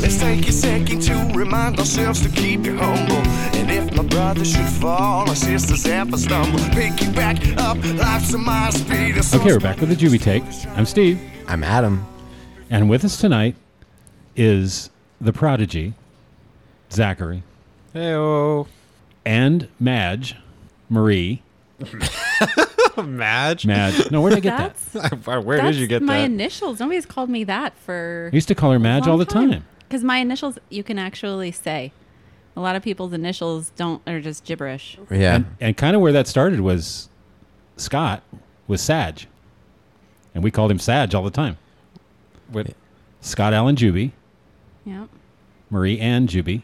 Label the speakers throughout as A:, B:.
A: Let's take a second to remind ourselves to keep you humble. And if my brother should fall, our sisters ever stumble, pick you back up. Life's a mile speed.
B: Okay, we're back with the Juvie Take. I'm Steve,
C: I'm Adam.
B: and with us tonight is the prodigy, Zachary,
C: Hey,
B: and Madge, Marie.
C: Madge.
B: Madge. No, where did I get that?
D: That's
C: Where did
D: that's
C: you get
D: my
C: that?
D: initials. Nobody's called me that for
B: I used to call her Madge all the time.
D: Because my initials, you can actually say. A lot of people's initials don't are just gibberish.
C: yeah.
B: And, and kind of where that started was Scott was Sag. And we called him Sag all the time.
E: With
B: Scott Allen Juby,
D: Yep.
B: Marie Ann Juby.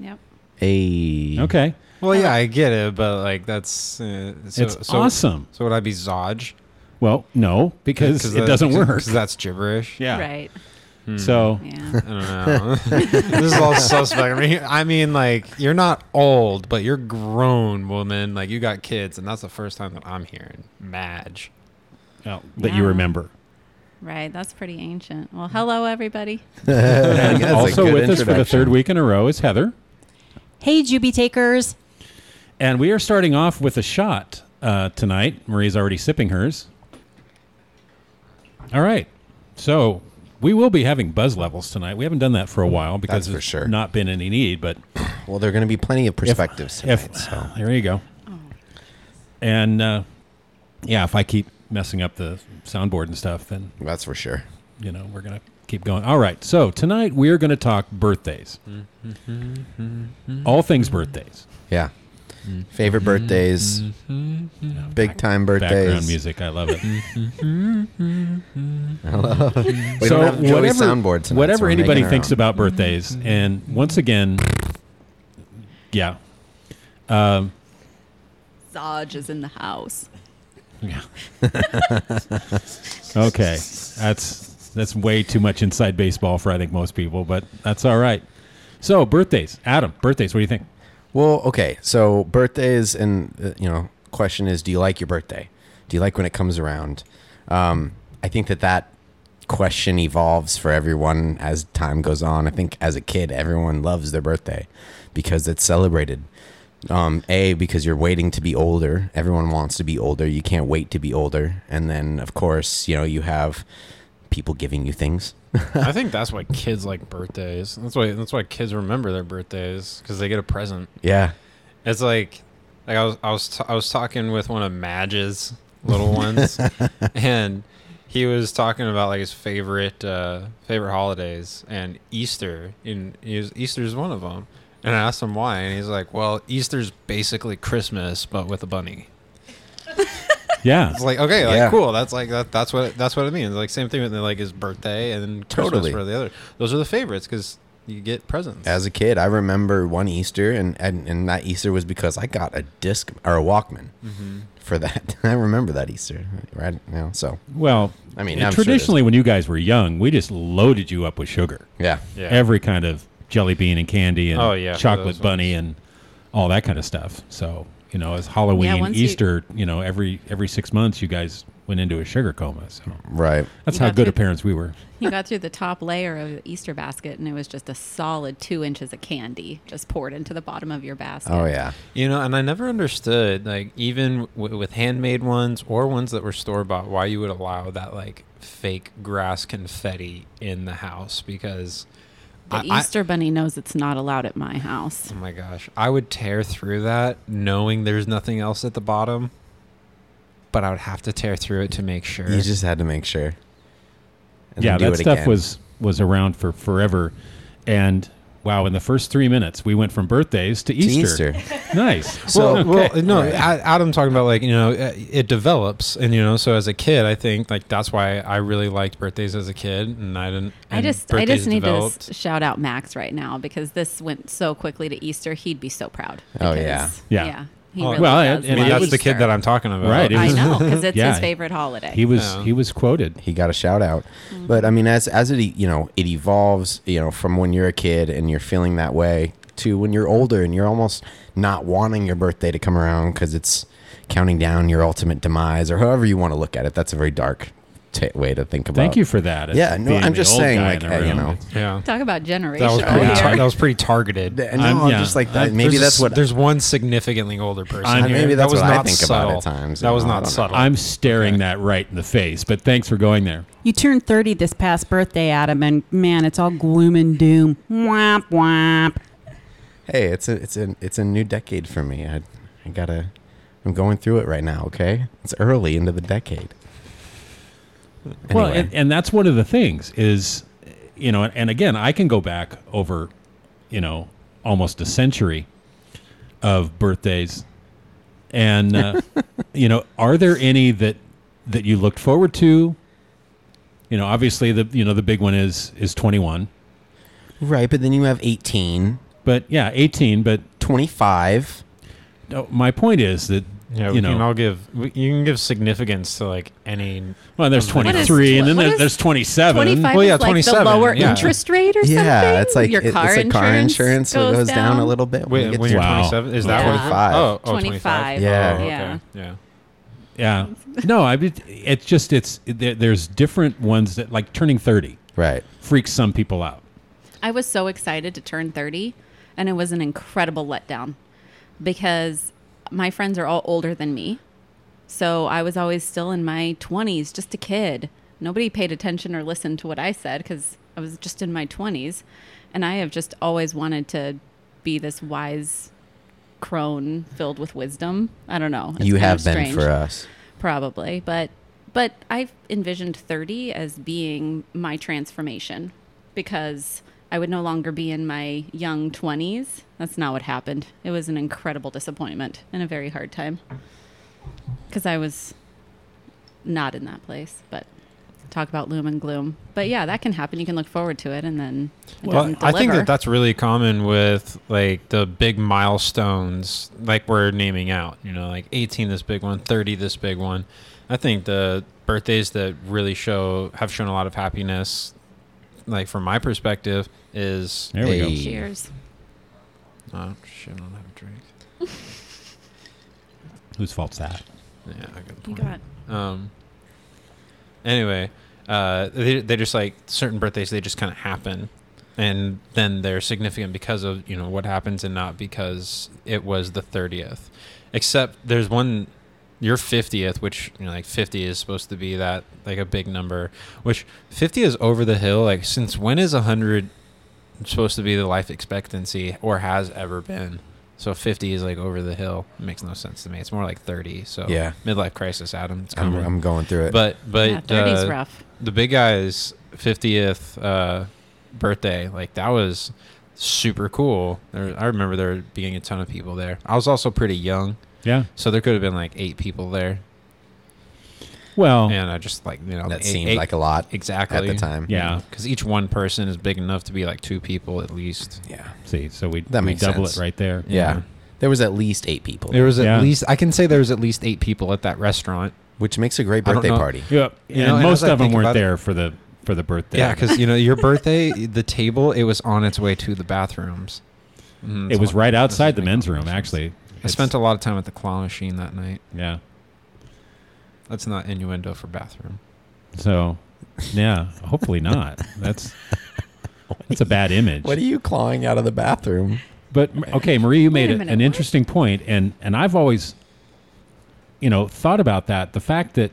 D: Yep.
E: Hmm.
C: hey.
B: Okay.
E: well, yeah, I get it, but like that's uh, so,
B: It's
E: so-
B: awesome.
E: So would I be Zodge?
B: Well, no, because it doesn't work.
E: Because that's gibberish.
B: yeah.
D: Right.
B: So
D: Yeah.
E: I don't know. this is all suspect. I mean, I mean, like you're not old, but you're grown woman. Like you got kids, and that's the first time that I'm hearing Madge. Hmm.
B: well, that you
D: Yeah.
B: remember.
D: right. That's pretty ancient. Well, hello everybody.
C: That's a
B: also
C: good
B: with us for the third
C: introduction.
B: week in a row is Heather.
F: Hey, Juby Takers.
B: And we are starting off with a shot uh, tonight. Marie's already sipping hers. All right. So we will be having buzz levels tonight. We haven't done that for a while because
C: That's for
B: there's
C: sure.
B: not been any need, but
C: Well, there are going to be plenty of perspectives
B: if,
C: tonight. so.
B: there you go. And uh, yeah, if I keep messing up the soundboard and stuff, then
C: That's for sure.
B: you know we're gonna keep going. All right, so tonight we're gonna talk birthdays, all things birthdays,
C: Yeah. Favorite birthdays, big time
B: Mm-hmm.
C: birthdays.
B: background music. I love it.
C: We don't have Joey's soundboard tonight.
B: whatever anybody thinks
C: about.
B: about birthdays, and once again, yeah,
D: Zaj is in the house.
B: yeah. okay, that's that's way too much inside baseball for I think most people, but that's all right. So birthdays, Adam, birthdays. What do you think?
C: Well, okay. So birthdays, and uh, you know, question is, do you like your birthday? Do you like when it comes around? Um, I think that that question evolves for everyone as time goes on. I think as a kid, everyone loves their birthday because it's celebrated. Um, a because you're waiting to be older. Everyone wants to be older. You can't wait to be older. And then, of course, you know, you have people giving you things.
E: I think that's why kids like birthdays. That's why that's why kids remember their birthdays because they get a present.
C: Yeah.
E: It's like, like I was, I was, t- I was talking with one of Madge's little ones, and he was talking about like his favorite, uh, favorite holidays, and Easter. And he was, Easter's one of them. And I asked him why, and he's like, "Well, Easter's basically Christmas, but with a bunny."
B: Yeah,
E: It's like, okay, like
C: Yeah.
E: cool. That's like that. That's what that's what it means. Like same thing with like his birthday and then Christmas
C: Totally.
E: for the other. Those are the favorites because you get presents.
C: As a kid, I remember one Easter, and, and, and that Easter was because I got a disc or a Walkman
B: Mm-hmm.
C: for that. I remember that Easter, right now. So
B: Well,
C: I mean,
B: and
C: I'm sure there's-
B: traditionally when you guys were young, we just loaded you up with sugar.
C: yeah,
E: Yeah.
B: Every kind of jelly bean and candy and
E: Oh, yeah, for
B: chocolate
E: those
B: bunny and all that kind of stuff. So, you know, as Halloween,
D: Yeah, once you-
B: Easter, you, know, every every 6 months you guys went into a sugar coma. So,
E: Hmm.
C: right.
B: that's
D: You
B: how
D: got
B: good
D: through-
B: of parents we were.
D: He got through the top layer of the Easter basket, and it was just a solid two inches of candy just poured into the bottom of your basket.
C: Oh yeah,
E: You know, and I never understood, like, even w- with handmade ones or ones that were store bought, why you would allow that, like, fake grass confetti in the house because.
D: The
E: I- I-
D: Easter bunny knows it's not allowed at my house.
E: oh my gosh. I would tear through that knowing there's nothing else at the bottom, but I would have to tear through it to make sure.
C: you just had to make sure. And
B: yeah,
C: then do
B: that
C: it
B: stuff
C: again.
B: was was around for forever. And wow, in the first 3 minutes we went from birthdays to
C: It's
B: Easter.
C: Easter.
B: Nice.
E: well,
B: Okay.
E: well, no, I, Adam talking about like you know uh, it develops, and you know, so as a kid, I think like that's why I really liked birthdays as a kid, and I didn't.
D: I
E: and
D: just, I
E: birthdays
D: just need
E: developed.
D: to s- shout out Max right now because this went so quickly to Easter. He'd be so proud.
C: Oh,
D: because-
C: yeah.
B: Yeah.
D: he
E: Well,
D: really
B: well, and-
D: does
B: and
E: I mean,
D: love
E: that's the
D: Easter.
E: kid that I'm talking about.
B: Right, it
D: I
B: was-
D: know because it's
B: Yeah.
D: his favorite holiday.
B: he was
E: Yeah.
B: he was quoted.
C: he got a shout out. But I mean, as as it e, you know, it evolves. You know, from when you're a kid and you're feeling that way to when you're older and you're almost not wanting your birthday to come around because it's counting down your ultimate demise or however you want to look at it. That's a very dark t- way to think about.
B: Thank you for that. as
C: Yeah, no,
B: being
C: I'm
B: the
C: just
B: old
C: saying,
B: guy
C: like,
B: in the
C: uh, you
B: room.
C: know.
E: Yeah.
D: Talk about Oh, generational.
E: That was pretty.
D: here.
E: tar- that was pretty targeted.
C: Th- No,
B: I'm-
C: I'm,
B: yeah,
C: just like
B: I-
C: that. Maybe
E: There's
C: that's
E: a-
C: what
E: There's one significantly older person.
B: I'm
E: here.
B: Maybe
E: that
C: that's
E: was
C: what I
E: not
C: think about
E: subtle.
C: at times,
E: That
C: you
E: was
C: know, I
E: not
C: don't know.
E: subtle.
B: I'm staring that right in the face, but thanks for going there.
F: You turned 30 this past birthday, Adam, and man, it's all gloom and doom. Womp womp.
C: hey, it's a it's a it's a new decade for me. I I gotta I'm going through it right now. Okay, it's early into the decade.
B: Well,
C: Anyway.
B: and, and that's one of the things is, you know, and again, I can go back over, you know, almost a century of birthdays, and uh, you know, are there any that that you looked forward to? You know, obviously the you know the big one is is twenty one,
C: Right, but then you have 18,
B: but yeah, eighteen. But
C: 25.
B: uh, my point is that
E: yeah,
B: you
E: we can all
B: know,
E: give. We, you can give significance to like any.
B: well, there's
E: What
B: twenty
E: is-
B: three, and then
D: what
B: there,
D: is
B: there's twenty seven.
D: 25
E: Well, Oh, yeah,
D: is like the
E: 27,
D: lower
E: yeah.
D: interest rate or something.
C: Yeah, it's like
D: your
C: it-
D: car
C: it's like
D: insurance
C: car insurance so it goes down. a little bit.
E: Wait,
C: you get
E: when
C: to-
E: you're
B: Wow.
E: 27, is that what?
D: Yeah.
E: it- Oh, oh,
D: 25.
E: 25.
C: Yeah.
E: Oh, okay.
D: Yeah.
E: Yeah.
B: Yeah, no, I mean, it's just it's there, there's different ones that like turning thirty.
C: Right.
B: freaks some people out.
D: I was so excited to turn 30, and it was an incredible letdown because my friends are all older than me. So I was always still in my 20s, just a kid. Nobody paid attention or listened to what I said because I was just in my 20s. And I have just always wanted to be this wise crone filled with wisdom. I don't know. It's
C: you
D: kind
C: have
D: of
C: been
D: strange
C: for us.
D: probably but but i've envisioned 30 as being my transformation because i would no longer be in my young 20s that's not what happened it was an incredible disappointment and a very hard time because i was not in that place but talk about loom and gloom but yeah that can happen you can look forward to it and then it
E: Well,
D: doesn't
E: I think
D: deliver.
E: that that's really common with like the big milestones, like we're naming out. You know, like 18, this big one, 30, this big one. I think the birthdays that really show have shown a lot of happiness, like from my perspective, is
B: There we
C: Hey.
B: go.
D: cheers
E: oh shit, I don't have a drink.
B: Whose fault's that?
E: Yeah, I got
D: you
E: point.
D: got
E: Um. Anyway, uh, they they just like certain birthdays they just kind of happen, and then they're significant because of you know what happens and not because it was the thirtieth. Except there's one, your fiftieth, which you know like fifty is supposed to be that like a big number, which fifty is over the hill. Like since when is hundred supposed to be the life expectancy or has ever been? So 50 is like over the hill. It makes no sense to me. It's more like 30. So
C: Yeah.
E: midlife crisis, Adam. It's
C: I'm,
E: coming.
C: I'm going through it.
E: Oh. But but
D: yeah 30's
E: uh,
D: rough
E: the big guy's fiftieth uh, birthday, like that was super cool. There, I remember there being a ton of people there. I was also pretty young,
B: Yeah.
E: so there could have been like eight people there,
B: Well,
E: and I just like you know
C: that
E: eight-
C: seemed
E: eight-
C: like a lot
E: exactly
C: at the time.
B: yeah.
E: because each one person is big enough to be like two people at least.
C: Yeah.
B: See, so we
C: That
B: we
C: makes
B: double
C: sense.
B: it right there.
C: Yeah.
E: Yeah.
C: There was at least eight people,
E: There was at
B: Yeah.
E: least I can say there was at least eight people at that restaurant.
C: which makes a great
E: I don't
C: birthday
E: know.
C: party.
B: Yep.
E: You know,
B: and
E: and
B: most
E: as I
B: of them
E: think
B: weren't
E: about it-
B: there for the for the birthday.
E: Yeah, because you know your birthday, the table, it was on its way to the bathrooms. Mm,
B: it was
E: so-
B: right outside the
E: doesn't make
B: men's
E: no
B: room.
E: sense.
B: Actually,
E: I
B: It's-
E: spent a lot of time at the claw machine that night.
B: yeah.
E: That's not innuendo for bathroom.
B: So, yeah. Hopefully not. That's that's a bad image.
C: What are you clawing out of the bathroom?
B: But m- okay, Marie, you made
D: a
B: a-
D: minute,
B: an
D: what?
B: interesting point, and and I've always, you know, thought about that. The fact that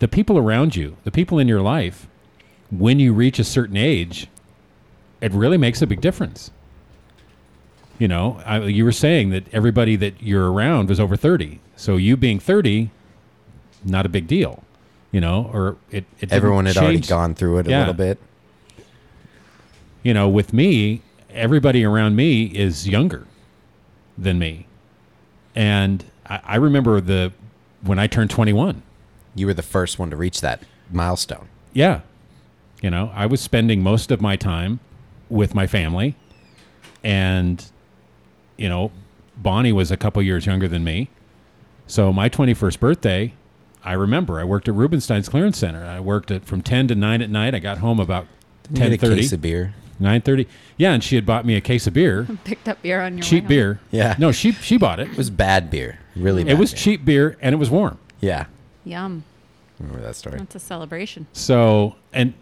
B: the people around you, the people in your life, when you reach a certain age, it really makes a big difference. You know, I, you were saying that everybody that you're around was over thirty, so you being thirty, not a big deal. You know, or it, it didn't
C: Everyone had already
B: change-
C: gone through it a
B: Yeah.
C: little bit.
B: you know, with me, everybody around me is younger than me. And I, I remember the when I turned 21.
C: You were the first one to reach that milestone.
B: Yeah. You know, I was spending most of my time with my family. And, you know, Bonnie was a couple years younger than me. So my 21st birthday, I remember I worked at Rubenstein's Clearance Center. I worked at from 10 to 9 at night. I got home about
C: You had a
B: 10:30.
C: case of beer.
B: 9:30. Yeah, and she had bought me a case of beer.
D: picked up beer on your way
B: cheap
D: home.
B: beer.
C: Yeah.
B: No, she she bought it.
C: It was bad beer. Really bad.
B: It was
C: beer.
B: cheap beer and it was warm.
C: Yeah.
D: yum
C: Remember that story?
D: That's a celebration.
B: So, and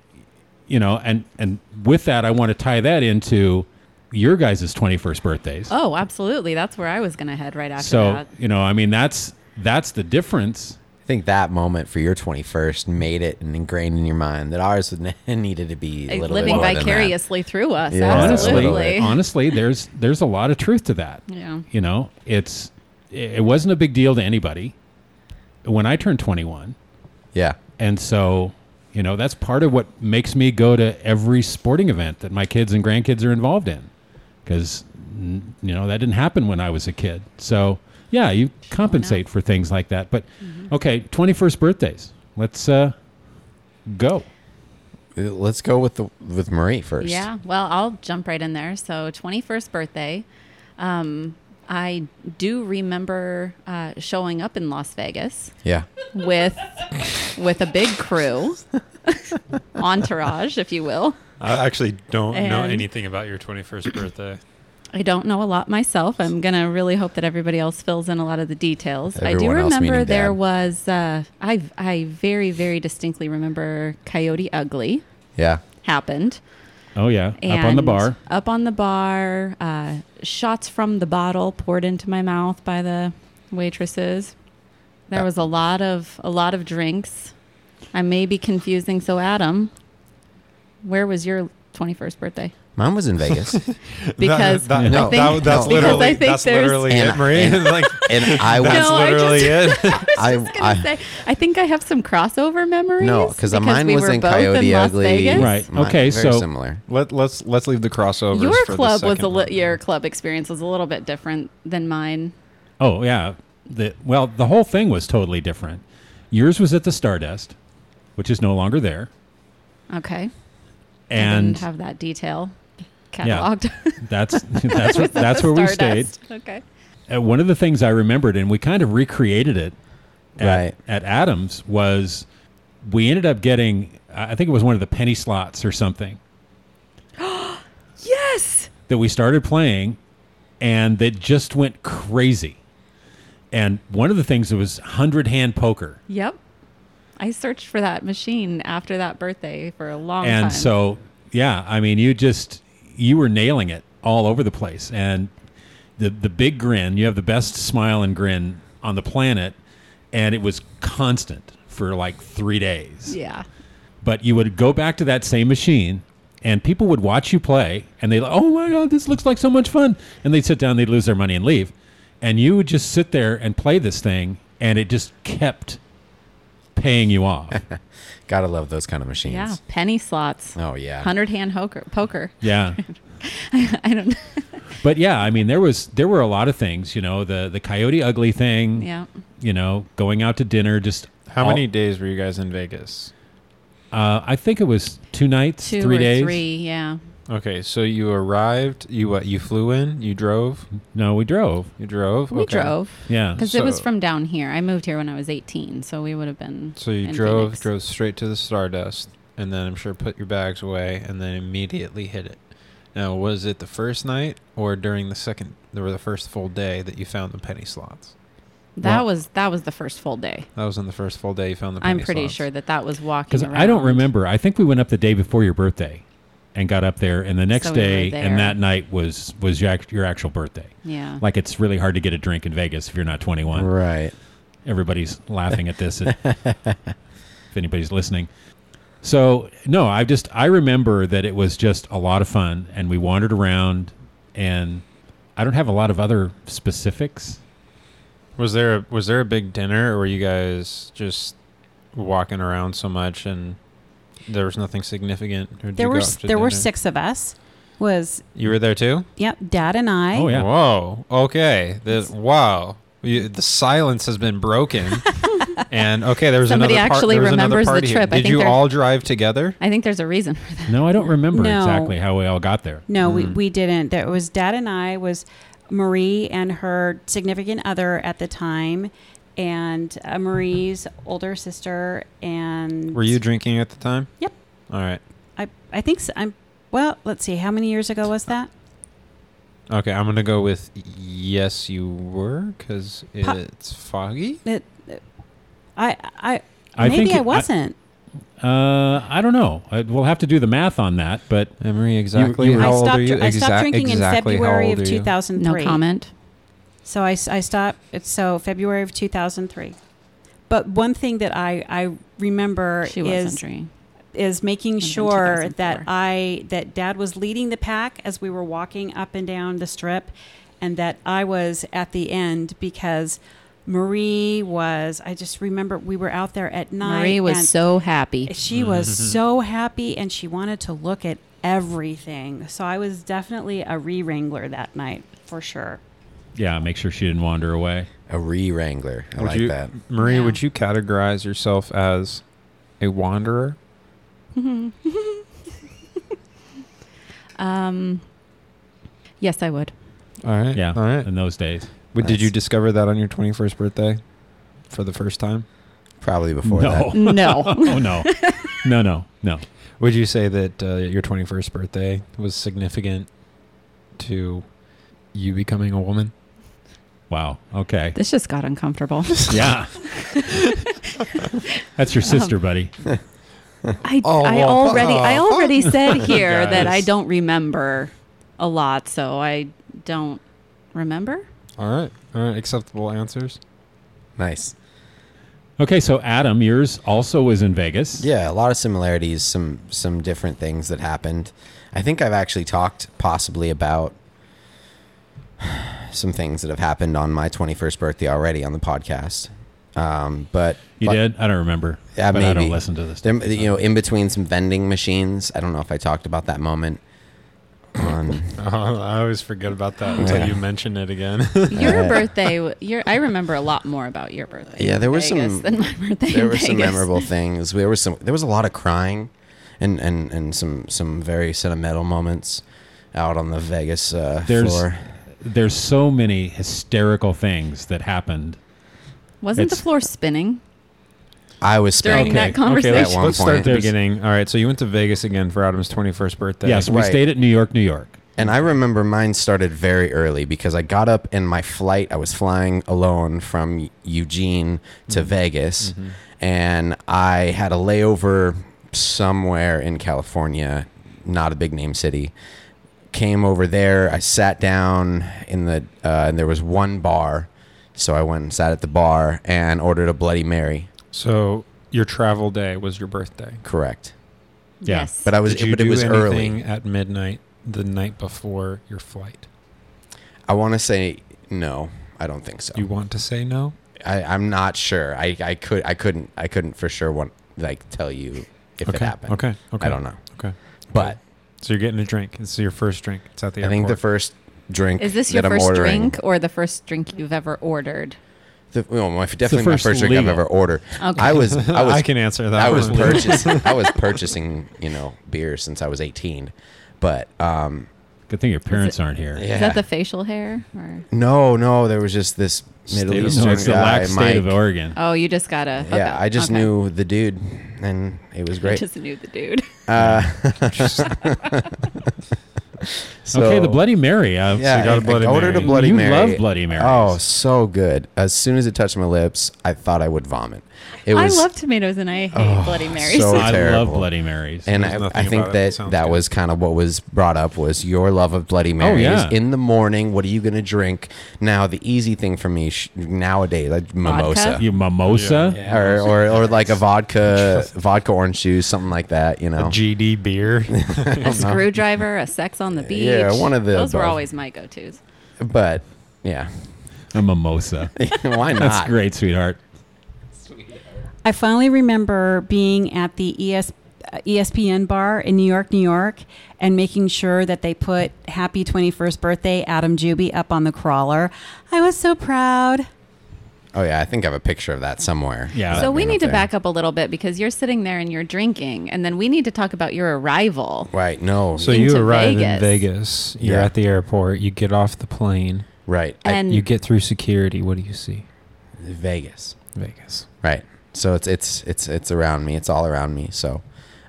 B: you know, and and with that, I want to tie that into your guys' 21st birthdays.
D: Oh, absolutely. That's where I was going to head right after
B: so,
D: that.
B: you know, I mean, that's that's the difference.
C: I think that moment for your 21st made it and ingrained in your mind that ours would- needed to be a little bit
D: Living
C: more than that.
D: vicariously through us.
C: Yeah,
B: honestly,
D: absolutely.
B: honestly, there's there's a lot of truth to that.
D: Yeah.
B: You know, it's it it wasn't a big deal to anybody when I turned 21,
C: Yeah.
B: and so you know that's part of what makes me go to every sporting event that my kids and grandkids are involved in, because you know that didn't happen when I was a kid. So yeah, you compensate for things like that. But
D: Mm-hmm.
B: okay, 21st birthdays. Let's uh, go.
C: Uh, Let's go with the with Marie first.
D: Yeah. Well, I'll jump right in there. So, 21st birthday. Um, I do remember uh, showing up in Las Vegas
C: Yeah.
D: with with a big crew, entourage, if you will.
E: I actually don't know
D: And-
E: anything about your 21st birthday.
D: I don't know a lot myself. I'm gonna really hope that everybody else fills in a lot of the details. I do
C: Everyone else,
D: remember
C: meaning
D: there
C: Dad.
D: was uh, I I very very distinctly remember Coyote Ugly
C: Yeah.
D: happened.
B: Oh yeah, up on the
D: And
B: bar.
D: Up on the bar. Uh, shots from the bottle poured into my mouth by the waitresses. There
C: Yeah.
D: was a lot of a lot of drinks. I may be confusing. So Adam, where was your twenty first birthday?
C: Mine was in Vegas,
D: Because
E: that, that,
C: No.
D: I think,
E: that-
D: because
E: that's literally
D: I think
E: that's
D: there's,
E: literally
C: And-
E: it, Marie.
C: and-
E: like
C: and I was
E: that's
D: No, I
E: literally it.
C: I,
D: I was gonna say, I think I have some crossover memories.
C: no, because
D: because
C: mine
D: we
C: was
D: were
C: in
D: both
C: Coyote
D: in Las
C: Ugly.
D: Vegas.
B: Right.
C: Mine-
B: Okay,
C: Very
B: so-
C: similar.
E: Let, let's let's leave the crossovers.
D: Your
E: for the
D: club was
E: second
D: a li-
E: one.
D: your club experience was a little bit different than mine.
B: Oh yeah. The, well, the whole thing was totally different. Yours was at the Stardust, which is no longer there,
D: Okay,
B: and
D: didn't have that detail cataloged.
B: that's that's where- that's
D: The
B: where we stayed.
D: Stardust. Okay.
B: Uh, one of the things I remembered, and we kind of recreated it at,
C: Right.
B: at Adams, was we ended up getting. I I think it was one of the penny slots or something
D: Yes.
B: that we started playing, and that just went crazy. And one of the things that was hundred hand poker.
D: Yep. I searched for that machine after that birthday for a long time.
B: and so yeah i mean you just you were nailing it all over the place and the the big grin you have the best smile and grin on the planet and it was constant for like 3 days
D: yeah.
B: but you would go back to that same machine and people would watch you play and they like oh my god this looks like so much fun and they'd sit down they'd lose their money and leave and you would just sit there and play this thing and it just kept paying you off
C: Gotta love those kind of machines.
D: Yeah. Penny slots.
C: Oh yeah.
D: Hundred hand poker. Poker.
B: yeah
D: I don't. know.
B: But yeah, I mean, there was there were a lot of things, you know, the the coyote ugly thing,
D: Yeah.
B: you know, going out to dinner, just
E: How
B: all-
D: Oh.
E: many days were you guys in Vegas?
B: Uh, I think it was two nights,
D: Two
B: three
D: or
B: days.
D: three. Yeah.
E: Okay, so you arrived. You what? You flew in. You drove.
B: No, we drove.
E: You drove.
D: We
E: okay.
D: drove.
B: Yeah,
D: Because it was
E: So-
D: from down here. I moved here when I was 18, so we would have been.
E: So you
D: in
E: drove,
D: Phoenix.
E: drove straight to the Stardust, and then I'm sure put your bags away, and then immediately hit it. Now, was it the first night or during the second, or the first full day that you found the penny slots?
D: That
B: Well-
D: was that was the first full day.
E: That was on the first full day you found the.
D: I'm
E: penny
D: pretty
E: slots.
D: sure that that was walking.
B: because I don't
D: around.
B: remember. I think we went up the day before your birthday, and got up there, and the next
D: So we were
B: day
D: there.
B: and that night was was your, act- your actual birthday.
D: Yeah.
B: Like it's really hard to get a drink in Vegas if you're not 21.
C: Right.
B: everybody's laughing at this if anybody's listening so no i just i remember that it was just a lot of fun and we wandered around and i don't have a lot of other specifics
E: Was there a, was there a big dinner, or were you guys just walking around so much and there was nothing significant? Or did
F: There
E: you
F: were
E: go
F: s-
E: out to
F: there were
E: dinner?
F: six of us. Was
E: You were there too.
F: yep, Dad and I.
B: oh yeah
E: Whoa. Okay. This, wow. You, the silence has been broken. and okay, there was
D: Somebody
E: another part-
D: actually
E: there was another
D: remembers the
E: party here.
D: trip. I
E: Did
D: think
E: you
D: they're-
E: all drive together?
D: I think there's a reason for that.
B: no i don't remember
F: No.
B: exactly how we all got there
F: No, we, we didn't. There was Dad and I was Marie and her significant other at the time, and uh, Marie's older sister. And
E: Were you drinking at the time?
F: Yep.
E: All right.
F: I I think so, I'm. Well, let's see. How many years ago was that?
E: Okay, I'm going to go with yes you were cuz
F: Pa-
E: it's foggy.
F: It, I I
B: I
F: Maybe
B: think
F: I wasn't.
B: Uh, I don't know. I, we'll have to do the math on that, but
E: Emery, exactly.
B: you were-
E: how
F: I
E: old
F: stopped.
E: are you?
F: I stopped
E: Exact-
F: drinking
E: exactly
F: in
E: how
F: February
E: old
F: of
E: are you?
F: 2003.
D: No comment.
F: So I, s- I stopped. It's so February of 2003. But one thing that I, I remember
D: She
F: is
D: wasn't drinking.
F: is making
D: then
F: sure
D: 2004.
F: that I that Dad was leading the pack as we were walking up and down the strip, and that I was at the end because Marie was. I just remember we were out there at night.
D: Marie
F: and
D: was so happy.
F: she was so happy, and she wanted to look at everything. So I was definitely a re wrangler that night for sure.
B: yeah, make sure she didn't wander away.
C: A re wrangler. I
E: Would
C: like
E: you-
C: that.
E: Marie,
D: Yeah.
E: would you categorize yourself as a wanderer?
D: Mm-hmm. Um, yes, I would.
E: All right.
B: Yeah,
E: All right.
B: in those days.
E: But did you
C: That's-
E: discover that on your 21st birthday for the first time?
C: Probably before
B: no,
D: No.
B: oh no, no, no, no.
E: Would you say that uh, your 21st birthday was significant to you becoming a woman?
B: Wow. Okay.
D: This just got uncomfortable.
B: Yeah. That's your sister,
C: Um,
B: buddy.
D: I,
E: Oh,
D: I
E: well,
D: already I
C: uh-huh.
E: uh,
D: already said here that I
E: Guys.
D: don't remember a lot, so I don't remember.
E: All right. All right. Acceptable answers.
C: that. Nice.
B: Okay, so Adam, yours also was in Vegas.
C: Yeah, a lot of similarities, some some different things that happened. I think I've actually talked possibly about some things that have happened on my 21st birthday already on the podcast. Um, but
B: You
C: but-
B: did? I don't remember.
C: Yeah,
B: but I don't
C: maybe.
B: listen to this.
C: There, you know, in between some vending machines. I don't know if I talked about that moment. On
E: Oh, I always forget about that until
C: Yeah.
E: you mention it again.
D: Your birthday, w- your I remember a lot more about your birthday.
C: Yeah,
D: in
C: there were
D: Vegas
C: some-
D: than my birthday.
C: there
D: in
C: were some
D: Vegas.
C: memorable things. There was some. There was a lot of crying, and and and some some very sentimental moments out on the Vegas uh,
B: There's-
C: floor.
B: There's so many hysterical things that happened.
D: Wasn't the
B: It's-
D: floor spinning?
C: I was
D: During
C: spent-
D: that conversation.
B: Okay, let's,
C: At one
B: let's
C: point.
B: start at the
E: There's-
B: beginning.
E: All right. So you went to Vegas again for Adam's 21st birthday.
B: Yes, we
C: Right.
B: stayed at New York, New York.
C: And I remember mine started very early because I got up and my flight, I was flying alone from Eugene to
E: Mm-hmm.
C: Vegas. And I had a layover somewhere in California, not a big name city. Came over there, I sat down in the, uh, and there was one bar. So I went and sat at the bar and ordered a Bloody Mary.
E: So your travel day was your birthday.
C: Correct.
B: Yeah.
D: Yes.
C: But I was,
E: Did you
C: but it
E: do
C: was early.
E: anything at midnight the night before your flight?
C: I want to say no. I don't think so.
E: You want to say no?
C: I, I'm not sure. I, I could I couldn't I couldn't for sure want like tell you if it
E: okay.
C: happened.
E: Okay. Okay.
C: I don't know.
E: Okay.
C: But
E: So you're getting a drink. It's your first drink. It's at the
C: I
E: airport.
C: think the first drink
D: Is this your
C: that I'm
D: first
C: ordering,
D: drink or the first drink you've ever ordered?
C: The, well, my, definitely
B: first
C: my first drink
B: legal.
C: I've ever ordered.
D: Okay.
C: I was I
E: I,
C: was
E: can answer that.
C: I was
E: one.
C: purchasing I was purchasing you know beer since I was 18, but um
B: Good thing your parents aren't here.
C: yeah
D: Is that the facial hair? Or?
C: no no there was just this Middle
E: State of-
C: Eastern
B: No, it's the
C: guy
B: lack state of
C: Mike.
B: Oregon.
D: Oh, you just got to.
C: yeah I just knew the dude and it was great.
D: Just knew the dude.
C: uh, so-
B: okay, the Bloody Mary. Uh,
C: Yeah,
E: you got a
C: I-
E: Bloody
C: I ordered
E: Mary.
C: a Bloody
B: You
C: Mary.
B: love Bloody Marys.
C: Oh, so good! As soon as it touched my lips, I thought I would vomit. It was, Oh,
D: I love tomatoes and I hate Bloody Marys.
C: so-
B: I
C: terrible.
B: love Bloody Marys.
C: and
E: There's
C: I,
E: nothing
C: I think
E: about it that
C: that that,
E: sounds good. Oh,
C: was kind of what was brought up was your love of Bloody Marys
B: yeah.
C: in the morning. What are you going to drink now? The easy thing for me sh- nowadays, like mimosa.
B: you mimosa.
E: Yeah.
C: Or, or, or like a vodka vodka orange juice something like that you know
E: GD beer.
D: a screwdriver, a sex on the beach.
C: Yeah, one of the
D: Those were
C: above.
D: always my go tos.
C: but yeah
B: A mimosa.
C: why not
B: That's great, sweetheart.
F: I finally remember being at the ES, uh, ESPN bar in New York, New York, and making sure that they put Happy 21st Birthday Adam Juby up on the crawler. I was so proud.
C: oh yeah I think I have a picture of that somewhere
B: Yeah.
C: That
B: So
D: So we
C: being
D: need
C: up
D: to
C: there.
D: back up a little bit because you're sitting there and you're drinking, and then we need to talk about your arrival.
C: right no
E: so
D: Into
E: you arrive in
D: Vegas.
E: Vegas. You're
C: Yeah.
E: at the airport. You get off the plane.
C: right I-
D: And
E: You get through security. What do you see?
C: Vegas.
E: Vegas.
C: Right. So it's it's it's it's around me. It's all around me. So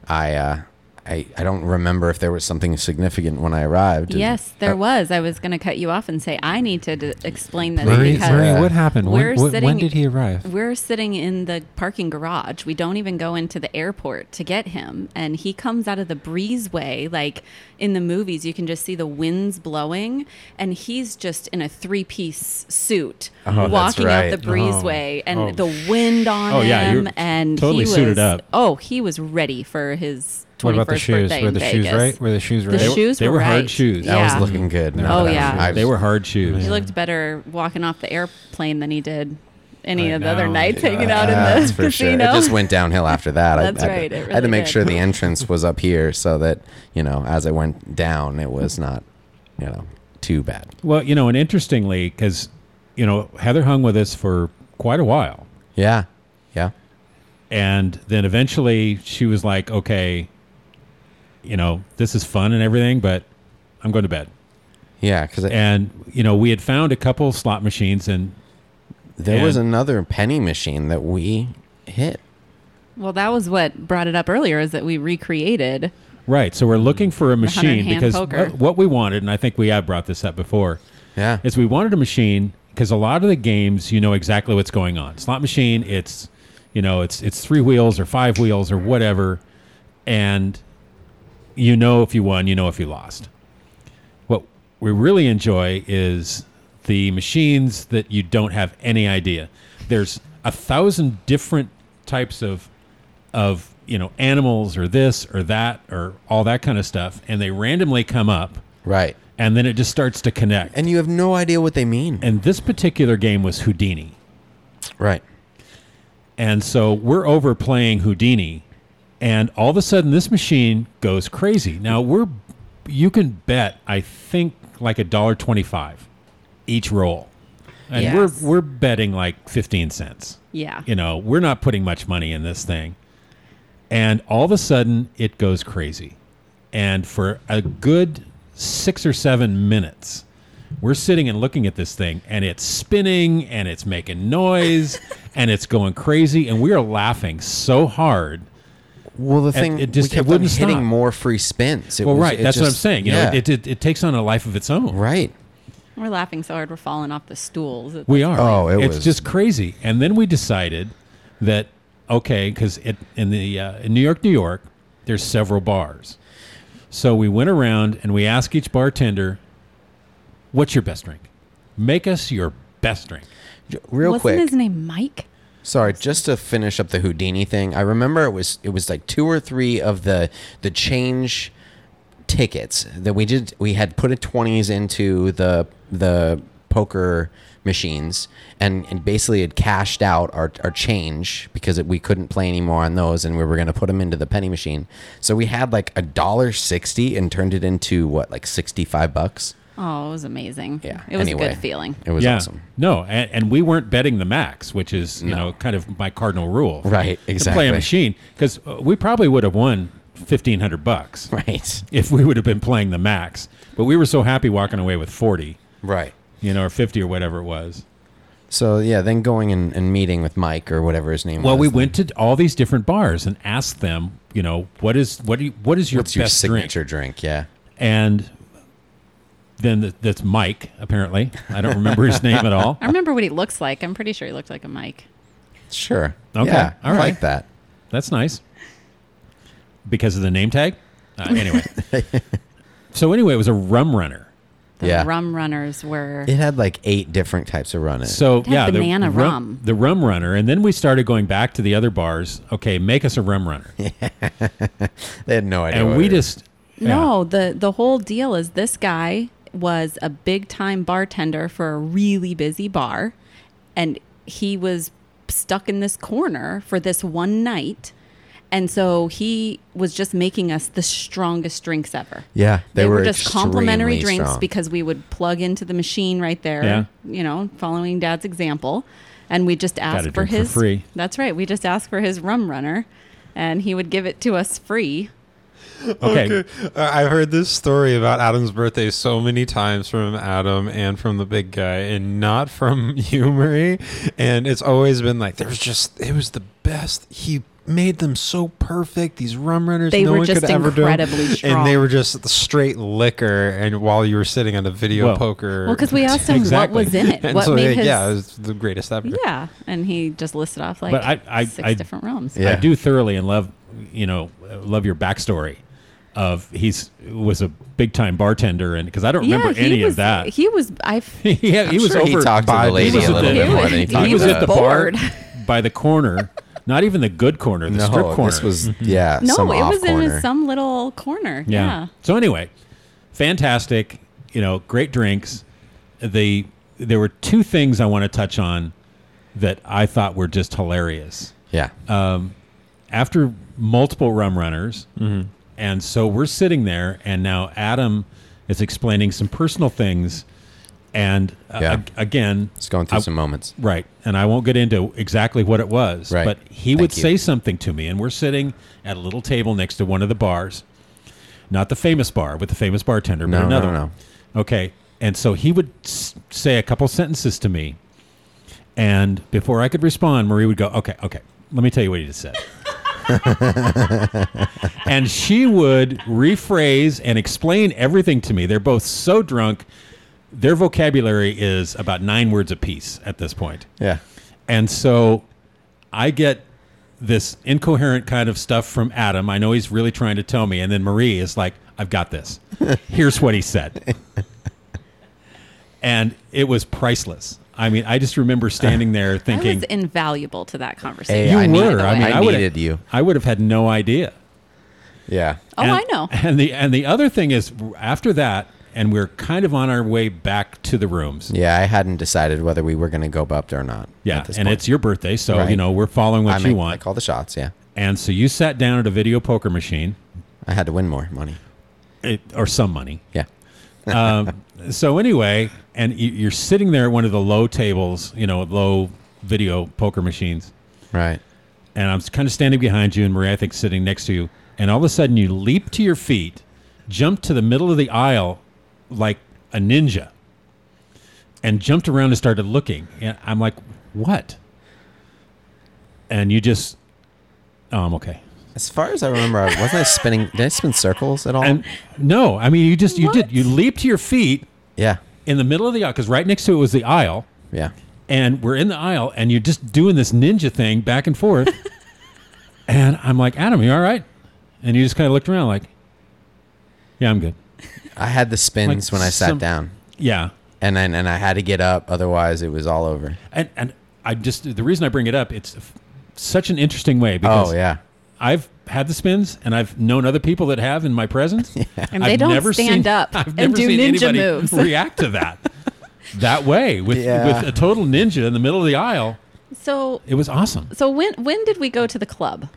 C: I uh I, I don't remember if there was something significant when I arrived.
D: Yes, there
C: Uh,
D: was. I was going to cut you off and say I need to d- explain this
E: Murray,
D: because
E: Murray, what happened?
D: we're
E: When, wh- when
D: sitting-
E: did he arrive?
D: we're sitting in the parking garage. We don't even go into the airport to get him, and he comes out of the breezeway like in the movies. You can just see the winds blowing, and he's just in a three-piece suit
C: Oh, that's
D: walking
C: right.
D: out the breezeway, and
E: Oh,
D: the wind on
B: Oh,
D: him,
B: yeah, you're
D: and
B: totally
D: he was,
B: suited up.
D: Oh, he was ready for his. 21st
E: What about the shoes?
D: Birthday
E: Were
D: in
E: the
D: Vegas.
E: shoes right? Were the shoes
D: The
E: right?
D: shoes
B: they
D: were,
B: were hard
D: right.
B: shoes.
D: Yeah.
B: That
C: That was looking good.
D: Oh, yeah.
C: I-
B: They were hard shoes.
D: He looked better walking off the airplane than he did any
E: I
D: of the other
E: know.
D: nights hanging
E: Yeah.
D: out in
C: That's
D: the
C: for sure. It
D: casino.
C: just went downhill after that.
D: That's
C: I, I,
D: right, it
C: I had to
D: really
C: make
D: did.
C: sure the entrance was up here so that, you know, as I went down, it was not, you know, too bad.
B: Well, you know, and interestingly, because you know Heather hung with us for quite a while,
C: Yeah. Yeah.
B: and then eventually she was like, "Okay, you know, this is fun and everything, but I'm going to bed."
C: Yeah. Because
B: And you know, we had found a couple slot machines, and
C: there was
B: and-
C: another penny machine that we hit.
D: Well, that was what brought it up earlier is that we recreated.
B: right, so we're looking for a machine
D: hand
B: because
D: poker.
B: what, what we wanted, and I think we have brought this up before,
C: Yeah.
B: is we wanted a machine because a lot of the games you know exactly what's going on. Slot machine, it's you know it's it's three wheels or five wheels or whatever, and you know if you won, you know if you lost. What we really enjoy is the machines that you don't have any idea. There's a thousand different types of of you know animals or this or that or all that kind of stuff, and they randomly come up,
C: right.
B: and then it just starts to connect
C: And you have no idea what they mean.
B: and this particular game was Houdini.
C: right.
B: And so we're over playing Houdini, and all of a sudden this machine goes crazy. Now we're you can bet I think like a dollar twenty five each roll, and
D: Yes.
B: we're we're betting like fifteen cents.
D: Yeah.
B: You know we're not putting much money in this thing, and all of a sudden it goes crazy, and for a good six or seven minutes we're sitting and looking at this thing and it's spinning and it's making noise and it's going crazy and we are laughing so hard
C: Well, the thing
B: it just-
C: we kept
B: it wouldn't
C: on hitting
B: stop. more
C: more free spins.
B: well right that's what i'm saying you know it, it, it takes on a life of its own
C: right.
D: We're laughing so hard we're falling off the stools. It's
B: we are
C: Oh, it
B: it's
C: was-
B: just crazy and then we decided that okay because in the uh, in new york new york there's several bars so we went around and we asked each bartender what's your best drink make us your best drink
C: Real
D: Wasn't
C: quick.
D: his name Mike?
C: Sorry, just to finish up the Houdini thing, I remember it was it was like two or three of the the change tickets that we did we had put a twenties into the the poker machines and, and basically had cashed out our, our change because it, we couldn't play anymore on those and we were going to put them into the penny machine so we had like a dollar 60 and turned it into what like 65 bucks
D: Oh, it was amazing.
C: yeah
D: It was a
C: Anyway,
D: good feeling.
C: it was
B: yeah.
C: awesome
B: No, and, and we weren't betting the max, which is you know kind of my cardinal rule.
C: Right,
B: To play
C: exactly.
B: a machine because we probably would have won fifteen hundred bucks
C: right
B: if we would have been playing the max. But we were so happy walking away with forty,
C: right
B: you know, or fifty or whatever it was.
C: So yeah, then going and, and meeting with Mike or whatever his name
B: Well, we
C: was.
B: went to all these different bars and asked them, you know, what is what do you, what is your
C: What's your
B: best drink?
C: signature drink? Yeah.
B: And then th that's Mike. Apparently, I don't remember his name at all.
D: I remember what he looks like. I'm pretty sure he looked like a Mike.
C: Sure.
B: Okay,
C: Yeah,
B: all
C: I
B: right.
C: like that.
B: That's nice. Because of the name tag? Uh, anyway. so, anyway, it was a rum runner.
D: The
C: Yeah.
D: rum runners were
C: It had like eight different types of run in. it.
B: So,
D: had
B: yeah, the
D: banana
B: rum,
D: rum.
B: The rum runner. And then we started going back to the other bars. Okay, make us a rum runner.
C: they had no idea.
B: And
C: what
B: we
C: it was.
B: just.
D: No, the the whole deal is this guy was a big time bartender for a really busy bar and he was stuck in this corner for this one night. And so he was just making us the strongest drinks ever.
C: Yeah,
D: They,
C: they,
D: were, just
C: extremely
D: complimentary drinks
C: strong.
D: because we would plug into the machine right there,
B: Yeah.
D: you know, following dad's example. And we just asked
B: a
D: for
B: drink for
D: his
B: free.
D: That's right. We just asked for his rum runner and he would give it to us free.
B: Okay.
E: Uh, I've heard this story about Adam's birthday so many times from Adam and from the big guy, and not from you, Marie. And it's always been like there was just it was the best. He made them so perfect. These rum runners,
D: They
E: no
D: were
E: one
D: just
E: could ever do 'em.
D: incredibly
E: and they
D: strong.
E: were just the straight liquor. And while you were sitting on a video
B: Well-
E: poker,
D: Well, because we asked him
B: Exactly.
D: what was in it,
E: and
D: what
E: so,
D: made his
E: yeah, it was the greatest ever.
D: Yeah, and he just listed off like
B: But I- I-
D: six
B: I-
D: different rooms.
C: Yeah.
B: I do thoroughly and love, you know, love your backstory of he's was a big time bartender and because I don't remember
D: he
B: any
D: was, uh,
B: of that.
D: He was I
B: yeah, he was
C: sure he
B: over
C: talked to
B: by-
C: the lady
B: he was
E: a
B: at
E: little
B: the-
E: bit more
D: than he talked
B: He was
D: to
B: at the
D: us.
B: bar
D: Bored.
B: by the corner, not even the good corner, the
C: no,
B: strip corner. Mm-hmm.
C: this was yeah.
D: no,
C: some
D: it
C: off
D: was in
C: corner.
D: a, some little corner.
B: Yeah.
D: Yeah.
B: So anyway, fantastic. You know, great drinks. The there were two things I want to touch on that I thought were just hilarious.
C: yeah.
B: After multiple rum runners,
C: Mm-hmm.
B: and so we're sitting there, and now Adam is explaining some personal things, and uh,
C: Yeah.
B: ag- again,
C: It's going through
B: I-
C: some moments.
B: Right. And I won't get into exactly what it was,
C: Right.
B: but he would
C: Thank you.
B: say something to me. And we're sitting at a little table next to one of the bars, not the famous bar with the famous bartender, but
C: No,
B: another
C: no, no.
B: one. Okay. And so he would s- say a couple sentences to me. And before I could respond, Marie would go, okay, okay, let me tell you what he just said. and she would rephrase and explain everything to me. They're both so drunk. Their vocabulary is about nine words apiece at this point.
C: Yeah.
B: And so I get this incoherent kind of stuff from Adam. I know he's really trying to tell me. And then Marie is like, I've got this. Here's what he said. And it was priceless. I mean, I just remember standing there
D: I
B: thinking,
D: was invaluable to that conversation.
C: Hey, I
B: you
C: need-
B: were. I mean, I,
C: I
B: would
C: needed you.
B: I would have had no idea.
C: Yeah.
D: oh,
B: And-
D: I know.
B: And the and the other thing is, after that, and we're kind of on our way back to the rooms.
C: Yeah, I hadn't decided whether we were going to go bubbed or not.
B: Yeah,
C: at this
B: and
C: point.
B: it's your birthday, so
C: Right.
B: you know we're following what
C: I
B: you
C: make- I
B: want.
C: call the shots. Yeah,
B: And so you sat down at a video poker machine,
C: I had to win more money.
B: it, or some money.
C: Yeah,
B: So anyway, and you- you're sitting there at one of the low tables, you know, low video poker machines,
C: right.
B: and I'm kind of standing behind you, and Marie, I think, sitting next to you, and all of a sudden you leap to your feet, jump to the middle of the aisle like a ninja, and jumped around and started looking, and I'm like, what? And you just, oh, I'm okay.
C: As far as I remember, I- wasn't I spinning? Did I spin circles at all?
B: And no, I mean, you just you did
D: What?
B: you leaped to your feet
C: yeah,
B: in the middle of the aisle because right next to it was the aisle.
C: yeah.
B: and we're in the aisle and you're just doing this ninja thing back and forth and i'm like adam you all right and you just kind of looked around like yeah i'm good
C: I had the spins
B: Like
C: when I sat
B: some-
C: down,
B: yeah
C: and then and I had to get up, otherwise it was all over.
B: and and i just the reason i bring it up it's f- such an interesting way because
C: Oh yeah,
B: i've had the spins and i've known other people that have in my presence
D: And they don't stand up
B: I've never
D: and do
B: seen
D: ninja
B: anybody
D: moves.
B: react to that that way with
C: Yeah.
B: with a total ninja in the middle of the aisle
D: So
B: it was awesome
D: so when when did we go to the club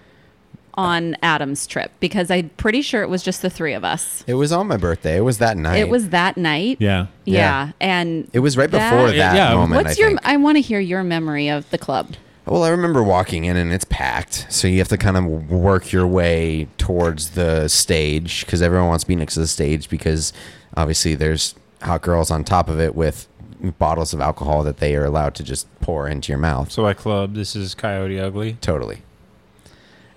D: on Adam's trip? Because I'm pretty sure it was just the three of us.
C: it was on my birthday. It was that night.
D: It was that night.
B: yeah
D: Yeah. And
C: It was right
D: that-
C: before that,
B: Yeah, yeah.
C: moment.
D: What's
C: I
D: your
C: think.
D: I want to hear your memory of the club.
C: Well, I remember walking in and it's packed, so you have to kind of work your way towards the stage because everyone wants to be next to the stage because obviously there's hot girls on top of it with bottles of alcohol that they are allowed to just pour into your mouth.
E: So I club. This is Coyote Ugly.
C: Totally.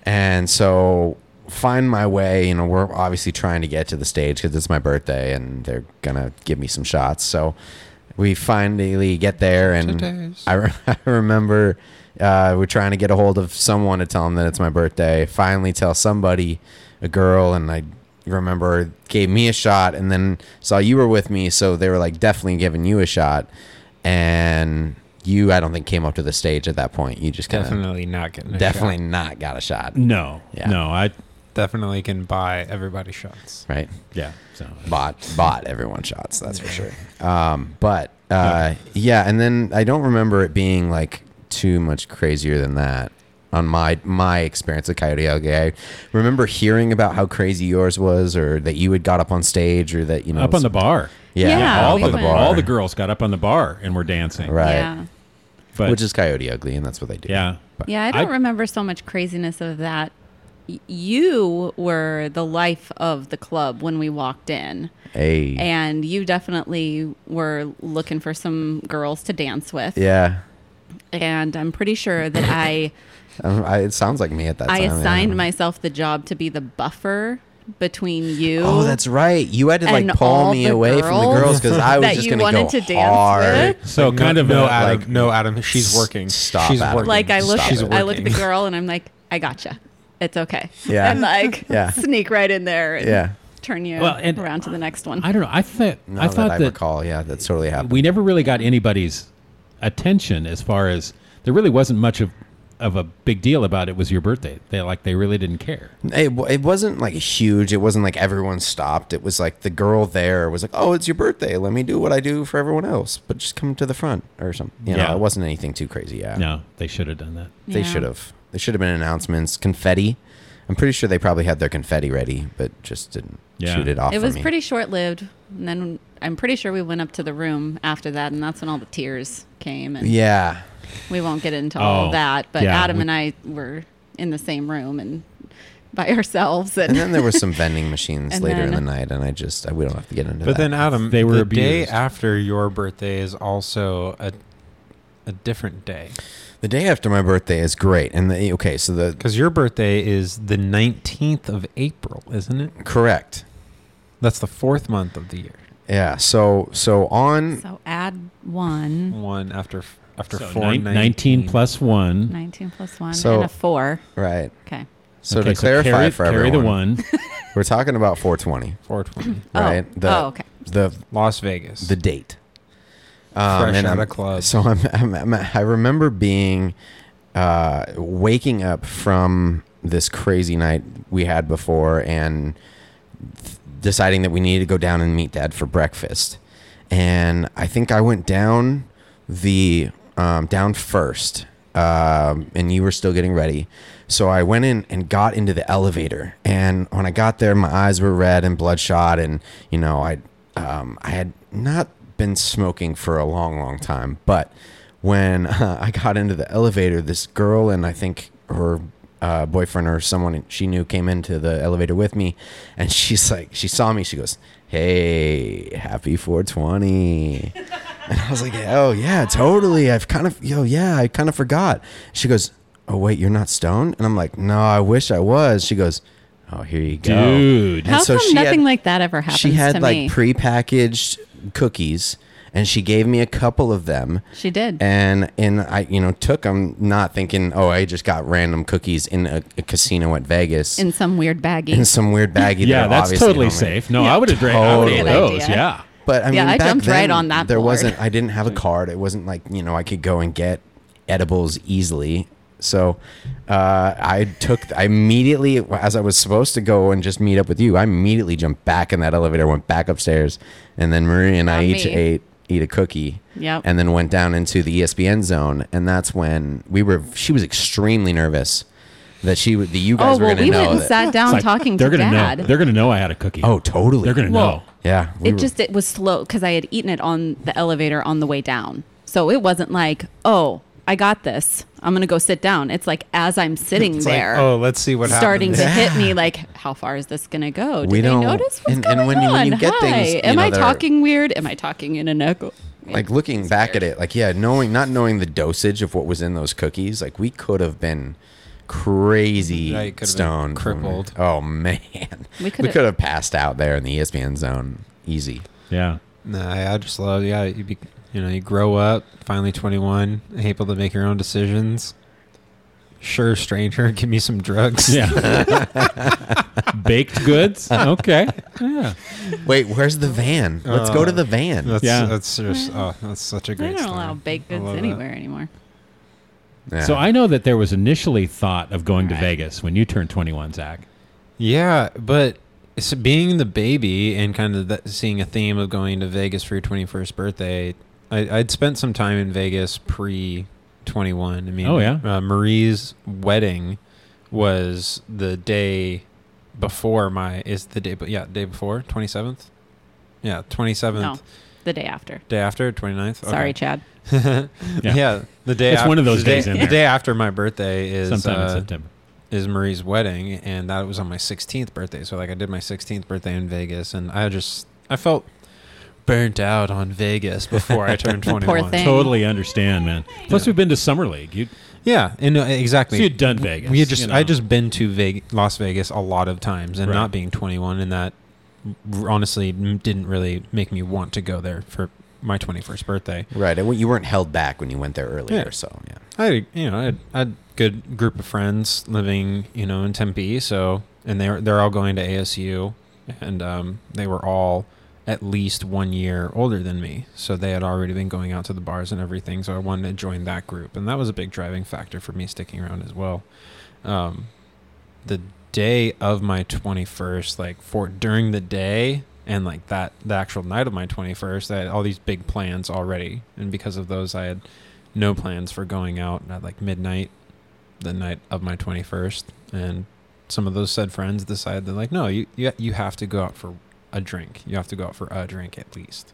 C: And so find my way. You know, we're obviously trying to get to the stage because it's my birthday and they're going to give me some shots. So we finally get there. And
E: Today's-
C: I, re- I remember uh, we're trying to get a hold of someone to tell them that it's my birthday. Finally tell somebody, a girl, and I remember gave me a shot and then saw you were with me. So they were like definitely giving you a shot. And you, I don't think, came up to the stage at that point. You just kind of
E: Definitely not getting. A
C: definitely
E: shot.
C: not got a shot,
B: no
C: Yeah.
B: no i
E: definitely can buy everybody shots.
C: right?
B: yeah so
C: Bought, bought everyone shots. That's for sure. Um, but uh, yeah, and then I don't remember it being like too much crazier than that on my my experience with Coyote Ugly. I remember hearing about how crazy yours was, or that you had got up on stage, or that you know
B: up on the bar.
C: yeah,
D: Yeah,
B: all
C: up
D: we
B: the
C: on the
D: went.
C: bar,
B: all the girls got up on the bar and were dancing.
C: right?
D: Yeah.
B: but
C: Which is Coyote Ugly, and that's what they do.
B: yeah,
D: Yeah, I don't
B: I-
D: remember so much craziness of that. Y- You were the life of the club when we walked in,
C: Hey.
D: and you definitely were looking for some girls to dance with.
C: yeah.
D: and I'm pretty sure that I
C: Um, I, it sounds like me at that
D: I
C: time. yeah.
D: assigned myself the job to be the buffer between you.
C: Oh, that's right. You had to like
D: and
C: pull
D: all
C: me
D: the
C: away from the
D: girls
C: girls because I was
D: that
C: just
D: you
C: going to go
D: wanted to dance
C: hard.
D: with.
B: So
E: Like,
B: kind
E: no,
B: of
E: no,
B: a-
E: Adam.
C: like,
E: no, Adam. She's working.
C: stop,
E: She's
C: Adam.
E: working.
D: like I look
C: Stop
E: She's
C: it.
D: I look at the
E: working.
D: girl and I'm like, I gotcha. It's okay.
C: Yeah.
D: And like
C: Yeah.
D: sneak right in there and
C: Yeah.
D: turn you
B: Well, and-
D: around to the next one.
B: I don't know. I thought
C: Now
B: I thought
C: that I
B: that,
C: recall, yeah, that's totally happened.
B: we never really got anybody's attention as far as there really wasn't much of of a big deal about it was your birthday. They like they really didn't care.
C: It, w- it wasn't like huge. It wasn't like everyone stopped. It was like the girl there was like, "Oh, it's your birthday. Let me do what I do for everyone else, but just come to the front or something." You
B: Yeah.
C: know, it wasn't anything too crazy. Yeah,
B: No, they should have done that.
C: they
D: Yeah.
C: should have. There should have been announcements, confetti. I'm pretty sure they probably had their confetti ready, but just didn't
B: Yeah.
C: shoot it off.
D: It
C: for
D: was
C: me.
D: pretty short lived. And then I'm pretty sure we went up to the room after that and that's when all the tears came and
C: Yeah,
D: we won't get into all
B: Oh,
D: of that. But
B: yeah,
D: Adam
B: we-
D: and I were in the same room and by ourselves and
C: and then there were some vending machines
D: And
C: later in the
D: then-
C: night, and I just I, we don't have to get into that.
E: But then Adam,
B: They were
E: the day
B: abused.
E: after your birthday is also a a different day
C: the day after my birthday is great, and the, okay, so the
E: because your birthday is the nineteenth of April, isn't it?
C: correct,
E: That's the fourth month of the year.
C: yeah. So so on
D: so add one.
E: One after f- after
B: So
E: four
B: nine- 19 plus 1.
D: 19 plus 1
C: So-
D: and a 4.
C: right.
D: Okay.
C: So
B: Okay,
C: to clarify
B: carry,
C: for
B: carry
C: everyone,
B: the one.
C: we're talking about 420,
E: four twenty.
D: Oh.
C: right? The,
D: Oh, okay.
C: The
E: Las Vegas.
C: the date. Um,
E: Fresh
C: and
E: outta
C: I'm-
E: club.
C: So I'm, I'm, I'm- I remember being uh, waking up from this crazy night we had before and th- deciding that we needed to go down and meet dad for breakfast. And I think I went down the um, down first, um, and you were still getting ready. So I went in and got into the elevator. And when I got there, my eyes were red and bloodshot, and you know I um, I had not been smoking for a long, long time. But when uh, I got into the elevator, this girl and I think her uh, boyfriend or someone she knew came into the elevator with me, and she's like, she saw me, she goes, "Hey, happy 420." And I was like, "Oh yeah, totally. I've kind of, yo, yeah, I kind of forgot." She goes, "Oh wait, you're not stoned?" And I'm like, "No, I wish I was." She goes, "Oh, here you go."
B: Dude.
C: And
D: How
C: so
D: come
C: she had-
D: nothing like that ever happens
C: she had
D: to
C: like
D: me?
C: prepackaged cookies and she gave me a couple of them
D: she did.
C: and and i you know took them not thinking oh i just got random cookies in a, a casino at vegas
D: in some weird baggie.
C: in some weird baggie
B: yeah,
C: that
B: that's
C: obviously
B: totally
C: don't make-
B: safe. No, I would have drank I would've ate
D: Totally.
B: those.
D: Good idea.
B: Yeah.
C: but i mean
D: Yeah, I
C: back
D: jumped right
C: then,
D: on that
C: there
D: board.
C: wasn't i didn't have a card it wasn't like you know i could go and get edibles easily so uh, I took I immediately as I was supposed to go and just meet up with you. I immediately jumped back in that elevator, went back upstairs, and then Marie and I
D: Not
C: each
D: me.
C: ate eat a cookie.
D: Yep.
C: And then went down into the E ESPN zone, and that's when we were. She was extremely nervous that she would- that you guys
D: oh,
C: were
D: well,
C: going to
D: we
C: know
D: went and
C: that-
D: sat down
B: It's like,
D: talking
B: they're
D: to
B: gonna
D: dad.
B: know. They're gonna know I had a cookie.
C: oh, totally.
B: they're gonna
D: Well,
B: know.
C: Yeah. we
D: it
C: were-
D: just it was slow because I had eaten it on the elevator on the way down. So it wasn't like, oh, I got this. I'm gonna go sit down. It's like as I'm sitting
E: It's like,
D: there,
E: oh, let's see what
D: starting
E: happens.
D: to hit me. Like, how far is this gonna go? Do
C: We
D: they
C: don't-
D: notice what's
C: and- and
D: going
C: when you-
D: on?
C: when you get
D: Hi,
C: things, you
D: am
C: know,
D: I
C: that are-
D: talking weird? Am I talking in an echo?
C: like looking back at it, like yeah, knowing not knowing the dosage of what was in those cookies, like we could have been crazy
E: Yeah, you could have been
C: stoned, from-
E: crippled.
C: Oh man,
D: We
C: we
D: could have-
C: could have passed out there in the E ESPN zone, easy.
B: Yeah.
E: Nah, I just love. Yeah, you be, you know, you grow up, finally twenty one, able to make your own decisions. Sure, stranger, give me some drugs.
B: Yeah. Baked goods. Okay. Yeah.
C: Wait, where's the van? Let's go to the van.
E: Uh, that's,
B: Yeah.
E: that's just oh, that's such a
D: They
E: great.
D: don't
E: story.
D: allow baked
E: I
D: goods
E: love that.
D: anywhere anymore.
C: Yeah.
B: So I know that there was initially thought of going to
D: Right.
B: Vegas when you turned 21, Zach.
E: Yeah, but it's being the baby and kind of that, seeing a theme of going to Vegas for your 21st birthday, I, I'd spent some time in Vegas pre 21. I mean,
B: Oh, yeah?
E: uh, Marie's wedding was the day before my, is the day, but yeah, day before, 27th? Yeah, 27th.
D: No, the day after.
E: Day after 29th. Okay.
D: Sorry, Chad.
E: Yeah. the day.
B: It's
E: af-
B: one of those
E: the day-
B: days in
E: the
B: there.
E: day after my birthday is
B: Sometime in
E: uh,
B: September.
E: is Marie's wedding, and that was on my 16th birthday. So like I did my 16th birthday in Vegas, and I just I felt burnt out on Vegas before I turned 21.
D: thing.
B: Totally understand, man. Plus, we've been to summer league. You,
E: Yeah, and uh, exactly.
B: So you'd done Vegas,
E: We had just
B: you
E: I
B: know.
E: just been to Vegas, Las Vegas a lot of times, and
B: Right.
E: not being 21, and that r- honestly m- didn't really make me want to go there for my 21st birthday.
C: Right. and You weren't held back when you went there earlier.
E: Yeah.
C: So, yeah.
E: I had, you know I had, I had good group of friends living you know in Tempe, so and they're they're all going to ASU, and um, they were all at least one year older than me, so they had already been going out to the bars and everything. So I wanted to join that group, and that was a big driving factor for me sticking around as well. Um, the day of my 21st like for during the day and like that the actual night of my 21st i had all these big plans already and because of those i had no plans for going out at like midnight the night of my 21st and some of those said friends decided they're like no you, you you have to go out for a drink you have to go out for a drink at least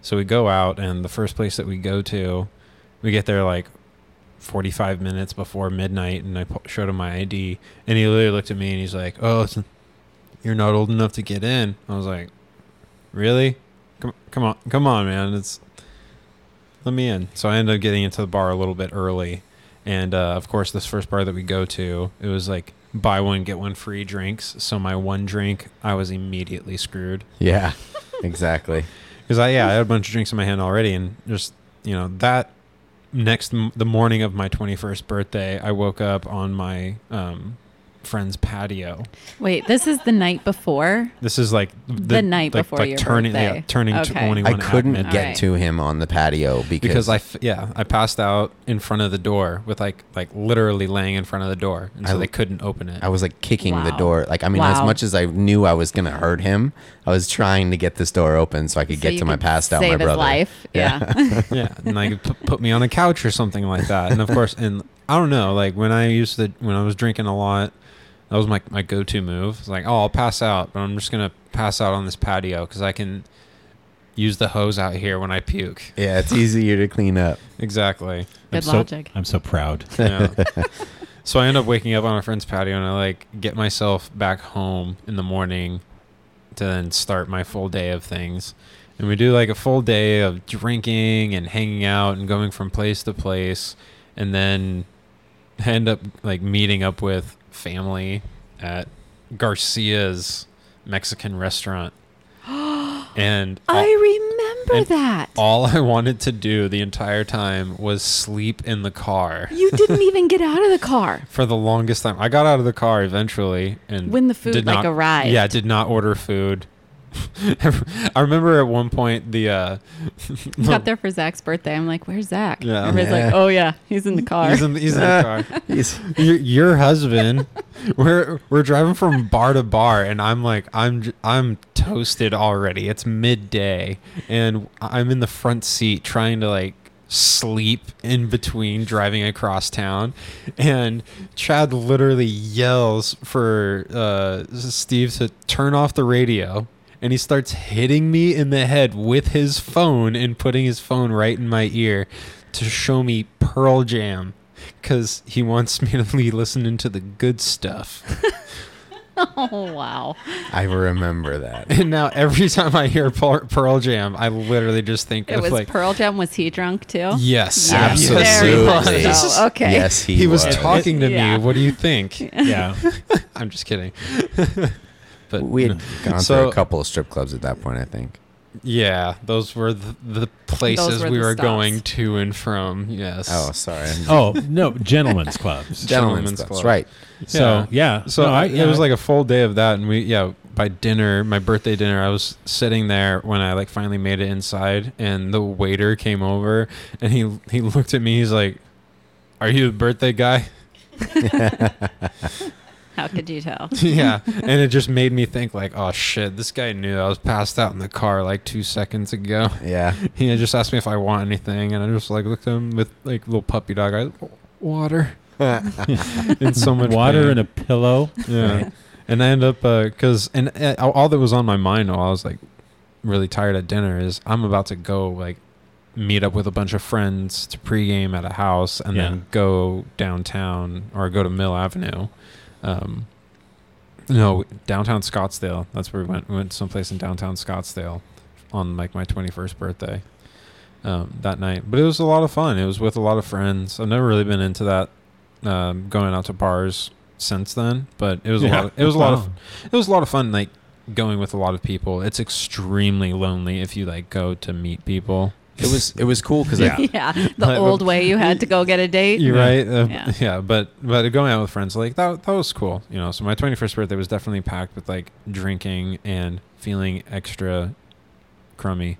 E: so we go out and the first place that we go to we get there like 45 minutes before midnight and I po- showed him my ID and he literally looked at me and he's like, "Oh, it's- you're not old enough to get in." I was like, "Really? Come, come on, come on, man! It's let me in." So I ended up getting into the bar a little bit early, and uh, of course, this first bar that we go to, it was like buy one get one free drinks. So my one drink, I was immediately screwed
C: Yeah. Exactly.
E: because I yeah I had a bunch of drinks in my hand already, and just you know that next m- the morning of my 21st birthday, I woke up on my um, friend's patio.
D: Wait, this is the night before.
E: This is like the,
D: night
E: like,
D: before
E: like
D: your
E: turning yeah,
D: birthday.
E: turning
D: Okay. I
E: 21.
C: I
E: at
C: couldn't
E: midnight.
C: get
D: Alright.
C: to him on the patio because,
E: because I f- yeah I passed out in front of the door with like like literally laying in front of the door, and so
C: I-
E: they couldn't open it.
C: I was like kicking the
D: Wow.
C: door. Like, I mean, as
D: Wow.
C: much as I knew I was going to hurt him, I was trying to get this door open so I could
D: So
C: get
D: you
C: to my
D: could
C: passed out, my
D: save his
C: brother.
D: life. Yeah.
E: yeah, and like put, put me on a couch or something like that. And of course, and I don't know, like when I used to when I was drinking a lot, that was my my go to move. It's like, oh, I'll pass out, but I'm just gonna pass out on this patio because I can use the hose out here when I puke.
C: Yeah, it's easier to clean up.
E: Exactly.
D: Good
B: so,
D: logic.
B: I'm so proud.
E: Yeah. so I end up waking up on a friend's patio and I like get myself back home in the morning to then start my full day of things. And we do like a full day of drinking and hanging out and going from place to place and then I end up like meeting up with family at Garcia's Mexican restaurant. and all-
D: I remember
E: And-
D: that.
E: all I wanted to do the entire time was sleep in the car
D: You didn't even get out of the car.
E: for the longest time. I got out of the car eventually, and
D: When the food,
E: did
D: like,
E: not-
D: arrived.
E: Yeah, did not order food. I remember at one point the uh,
D: Got there for Zach's birthday. I'm like, where's Zach?
E: Yeah.
D: Everybody's like,
C: Yeah.
D: oh yeah, he's in the car.
E: he's in, he's in the car.
C: He's-
E: Your, your husband, we're we're driving from bar to bar, and I'm like I'm j- I'm toasted already. It's midday, and I'm in the front seat trying to like sleep in between driving across town and Chad literally yells for uh Steve to turn off the radio and he starts hitting me in the head with his phone and putting his phone right in my ear to show me Pearl Jam because he wants me to be listening to the good stuff.
D: oh wow.
C: I remember that.
E: And now every time I hear Pearl Pearl Jam, I literally just think
D: It
E: of
D: was
E: like,
D: Pearl Jam. Was he drunk too?
E: yes,
C: Yes,
E: yes, he
C: very
E: was.
C: much Absolutely.
D: So, Oh, okay.
C: Yes, he,
E: He was
C: was
E: talking to
D: Yeah.
E: me. What do you think?
B: Yeah.
E: I'm just kidding. but
C: We had gone
E: So-
C: through a couple of strip clubs at that point, I think.
E: yeah, those were the, the places
D: were
E: we
D: the
E: were
D: stops.
E: going to and from. Yes.
C: Oh, sorry.
B: Oh no, gentlemen's clubs.
C: Gentlemen's
E: Gentlemen's
C: clubs,
E: club.
C: right.
B: So yeah.
E: So
B: No,
E: I,
B: yeah,
E: it was like a full day of that, and we yeah by dinner, my birthday dinner, I was sitting there when I like finally made it inside, and the waiter came over, and he he looked at me, he's like, "Are you the birthday guy?"
D: How could you tell?
E: yeah, and it just made me think like, "Oh shit, this guy knew I was passed out in the car like two seconds ago."
C: Yeah.
E: He just asked me if I want anything, and I just like looked at him with like little puppy dog eyes, water, and so much
B: water
E: pain.
B: and a pillow.
E: Yeah. And I end up because and uh, all- all that was on my mind while I was like really tired at dinner is I'm about to go like meet up with a bunch of friends to pregame at a house and
B: Yeah.
E: then go downtown or go to Mill Avenue. Um, no, downtown Scottsdale. That's where we went. We went someplace in downtown Scottsdale on like my 21st birthday um, that night. But it was a lot of fun. It was with a lot of friends. I've never really been into that um, going out to bars since then, but it was a
B: Yeah.
E: lot. Of, it was a lot of
B: Wow.
E: it was a lot of fun. Like going with a lot of people. It's extremely lonely if you like go to meet people.
C: It was it was cool because
B: Yeah.
D: yeah, the
E: But-
D: old way you had to go get a date.
E: You're right. Uh,
D: Yeah.
E: yeah. but but going out with friends like that that was cool. You know, so my 21st birthday was definitely packed with like drinking and feeling extra crummy.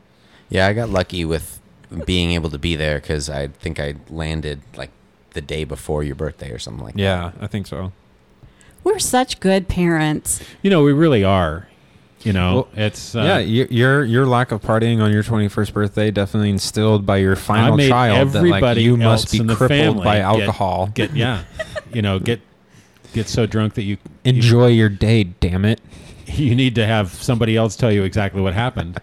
C: Yeah, I got lucky with being able to be there because I think I landed like the day before your birthday or something like
E: Yeah, I think so.
F: We're such good parents.
B: You know, we really are. You know,
E: Well,
B: it's uh,
E: yeah, y- your your lack of partying on your 21st birthday definitely instilled by your final
B: made
E: child that like
B: everybody
E: you must
B: else
E: be
B: in the
E: crippled
B: family
E: by
B: get-
E: alcohol.
B: get yeah, you know, get get so drunk that you
E: Enjoy your day, damn it.
B: you need to have somebody else tell you exactly what happened.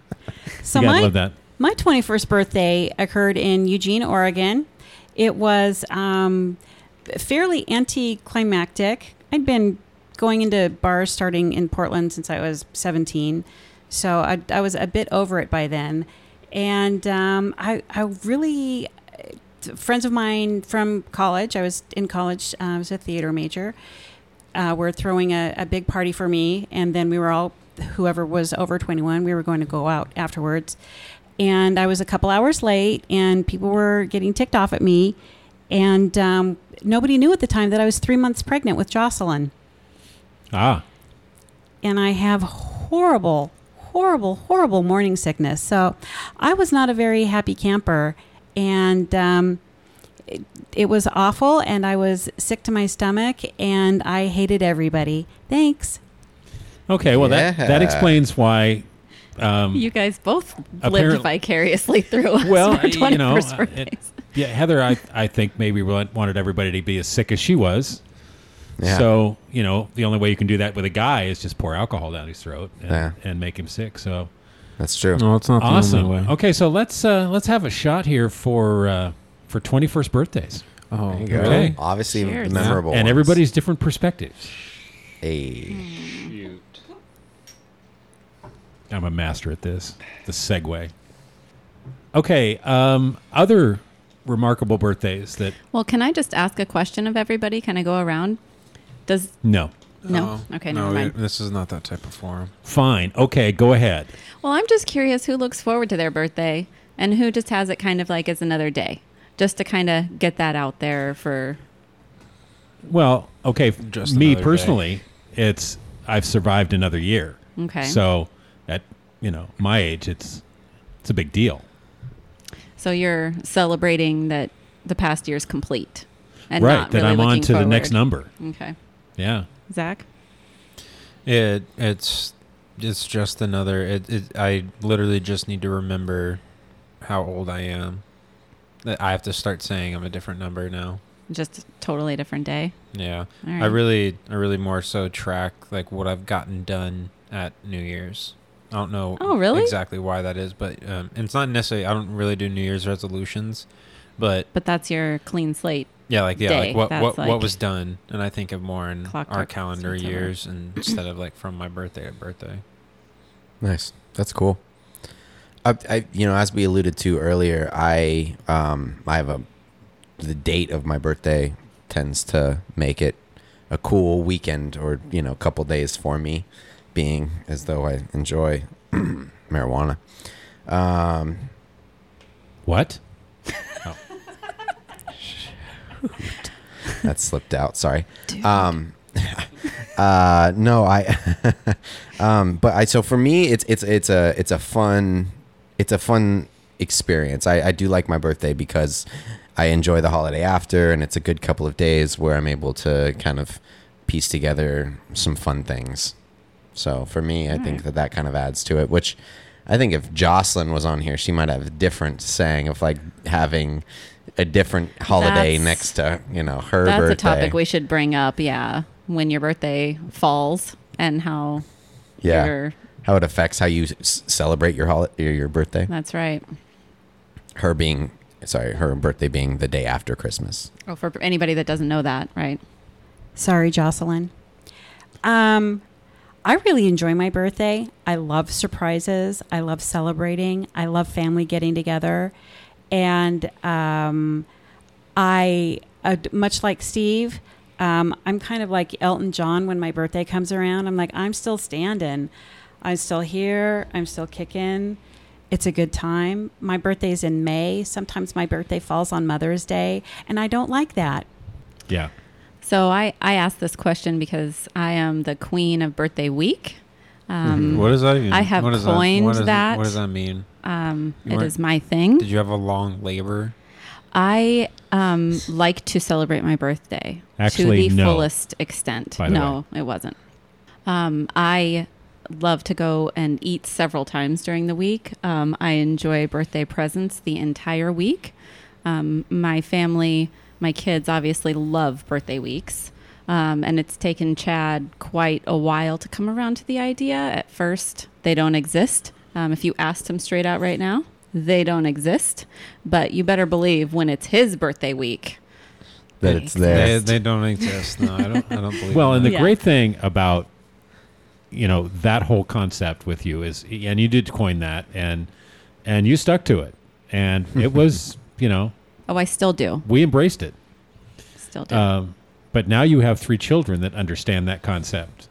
F: So
B: you gotta
F: my,
B: love that.
F: My 21st birthday occurred in Eugene, Oregon. It was um, fairly anticlimactic. I'd been going into bars starting in Portland since I was 17, so I, I was a bit over it by then. And um, I, I really, friends of mine from college, I was in college, uh, I was a theater major, uh, were throwing a, a big party for me. And then we were all, whoever was over 21, we were going to go out afterwards. And I was a couple hours late, and people were getting ticked off at me. And um, nobody knew at the time that I was three months pregnant with Jocelyn.
B: Ah,
F: And I have horrible, horrible, horrible morning sickness. So I was not a very happy camper. And, um, it was awful and I was sick to my stomach and I hated everybody. Thanks.
B: okay. Well, that that
C: Yeah.
B: explains why. Um,
D: You guys both
B: Apparently-
D: lived vicariously through us.
B: well,
D: for
B: you know,
D: 21st
B: uh, it-
D: birthdays.
B: yeah, Heather, I I think maybe wa- wanted everybody to be as sick as she was.
C: Yeah.
B: So you know, the only way you can do that with a guy is just pour alcohol down his throat and,
C: Yeah.
B: and make him sick. So
C: that. That's true.
E: No, it's not the
B: awesome.
E: only way.
B: Okay, so let's uh, let's have a shot here for uh, for twenty first birthdays
E: Oh,
C: There you go.
B: Okay.
C: Obviously
D: Cheers.
C: memorable.
B: and
C: ones.
B: everybody's different perspectives.
C: Hey.
B: I'm a master at this. The segue. Okay. Um, other remarkable birthdays that
D: Well, can I just ask a question of everybody? Can I go around? Does
B: no.
D: no? okay,
E: no,
D: never mind.
E: it- this is not that type of forum.
B: Fine. Okay. Go ahead.
D: Well, I'm just curious who looks forward to their birthday and who just has it kind of like as another day, just to kind of get that out there for.
B: Well, okay. f-
E: Just
B: me
E: another day.
B: personally, it's I've survived another year.
D: Okay.
B: So at you know my age, it's it's a big deal.
D: So you're celebrating that the past year's complete, and
B: right.
D: Not
B: that
D: really
B: I'm on
D: looking
B: to the next
D: forward.
B: number.
D: Okay,
B: Yeah.
D: Zach.
E: It it's it's just another. It, it I literally just need to remember how old I am. That I have to start saying I'm a different number now.
D: Just a totally different day.
E: Yeah,
D: All right.
E: I really I really more so track like what I've gotten done at New Year's. I don't know.
D: Oh, really?
E: Exactly why that is, but um, and it's not necessarily. I don't really do New Year's resolutions, but
D: But that's your clean slate.
E: yeah, like yeah,
D: Day,
E: like what
D: that's
E: what
D: like-
E: what was done, and I think of more in
D: Clock
E: our
D: talk,
E: calendar
D: that's whatever.
E: years and instead of like from my birthday to birthday.
C: Nice. That's cool. I, I, you know, as we alluded to earlier, I, um, I have a, the date of my birthday tends to make it a cool weekend or you know, couple days for me, being as though I enjoy marijuana. Um,
B: What?
C: that slipped out. Sorry. Um, uh, no, I. um, but I. So for me, it's it's it's a it's a fun it's a fun experience. I, I do like my birthday because I enjoy the holiday after, and it's a good couple of days where I'm able to kind of piece together some fun things. So for me, I think that that kind of adds to it, which. I think if Jocelyn was on here, she might have a different saying of like having a different holiday
D: That's-
C: next to you know her
D: that's
C: birthday.
D: a topic we should bring up. Yeah, when your birthday falls and how.
C: yeah
D: your-
C: how it affects how you s- celebrate your holiday your, your birthday
D: that's right.
C: her being sorry her birthday being the day after christmas
D: Oh, for anybody that doesn't know that, right?
F: Sorry, Jocelyn. Um, I really enjoy my birthday. I love surprises. I love celebrating. I love family getting together. And um, I, uh, much like Steve, um, I'm kind of like Elton John when my birthday comes around. I'm like, I'm still standing. I'm still here. I'm still kicking. It's a good time. My birthday is in May. Sometimes my birthday falls on Mother's Day, and I don't like that.
B: Yeah.
D: So I, I asked this question because I am the queen of birthday week. Um,
B: Mm-hmm.
E: What does that even?
D: I have
E: what is
D: coined
E: what is-
D: that.
E: What does that mean?
D: Um,
E: You
D: it
E: weren't-
D: is my thing.
E: Did you have a long labor?
D: I um, like to celebrate my birthday
B: Actually,
D: to the
B: no,
D: fullest extent.
B: by the
D: no, it wasn't. Um, I love to go and eat several times during the week. Um, I enjoy birthday presents the entire week. Um, my family, my kids obviously love birthday weeks. Um, and it's taken Chad quite a while to come around to the idea. At first, they don't exist. Um, if you asked him straight out right now, they don't exist. But you better believe when it's his birthday week,
C: That it's
E: They,
C: there.
E: they don't exist. No, I don't. I don't believe.
B: Well,
E: in
B: and the
D: Yeah.
B: great thing about you know that whole concept with you is, and you did coin that, and and you stuck to it, and it was you know
D: Oh, I still do.
B: we embraced it.
D: Still do.
B: Um, but now you have three children that understand that concept,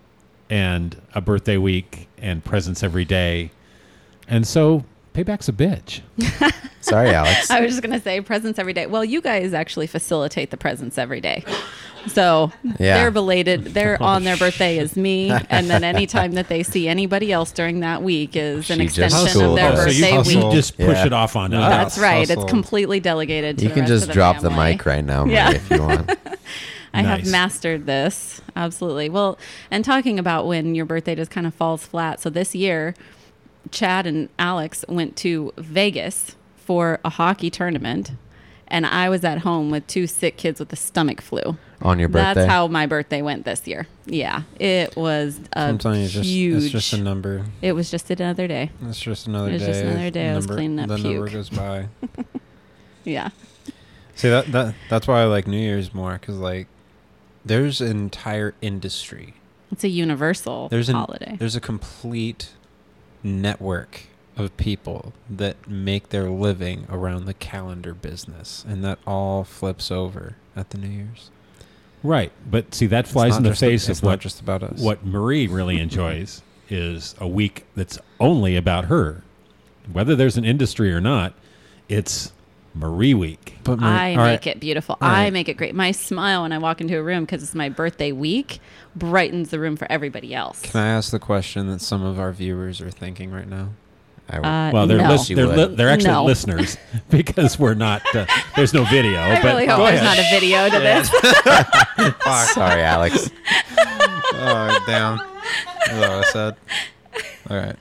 B: and a birthday week, and presents every day, and so payback's a bitch.
C: Sorry, Alex.
D: I was just gonna say presents every day. Well, you guys actually facilitate the presents every day, so
C: Yeah. Oh,
D: they're belated. They're on their birthday is me, and then anytime that they see anybody else during that week is an
C: She just
D: extension of
C: schooled
D: their
C: us.
B: so
D: birthday
B: you,
E: hustle.
D: week.
B: you just push
C: Yeah.
B: it off on us.
D: That's right.
E: Hustle.
D: It's completely delegated. To
C: You
D: the
C: can
D: rest
C: just
D: of
C: drop the
D: family.
C: mic right now, Maria,
D: Yeah.
C: if you want.
D: I
B: Nice.
D: have mastered this. Absolutely. Well, and talking about when your birthday just kind of falls flat. So this year, Chad and Alex went to Vegas for a hockey tournament, and I was at home with two sick kids with the stomach flu.
C: On your birthday.
D: That's how my birthday went this year. Yeah, it was a
E: sometimes it's just
D: huge.
E: it's just a number.
D: it was just another day.
E: It's just another
D: It's
E: day.
D: just another day I was cleaning up
E: The number
D: puke.
E: goes by.
D: Yeah.
E: See that that that's why I like New Year's more because like there's an entire industry.
D: It's a universal
E: There's an
D: holiday.
E: there's a complete network of people that make their living around the calendar business, and that all flips over at the New Year's.
B: Right. But see, that
E: It's
B: flies
E: not
B: in the
E: just
B: face
E: it's
B: of
E: not
B: what
E: just about us.
B: What Marie really enjoys is a week that's only about her. Whether there's an industry or not, it's Marie week.
E: But
D: I make
E: all right,
D: it beautiful.
E: All
D: I
E: right.
D: make it great. My smile when I walk into a room because it's my birthday week brightens the room for everybody else.
E: Can I ask the question that some of our viewers are thinking right now?
C: I
D: Uh,
B: Well, they're
D: no.
B: lis- they're, li- they're actually
D: No. listeners.
B: listeners because we're not. Uh, there's no video.
D: I
B: but
D: really
B: go
D: hope there's
B: ahead.
D: not a video to this.
E: Fuck.
C: Sorry, Alex.
E: oh damn! That's what I said. All right.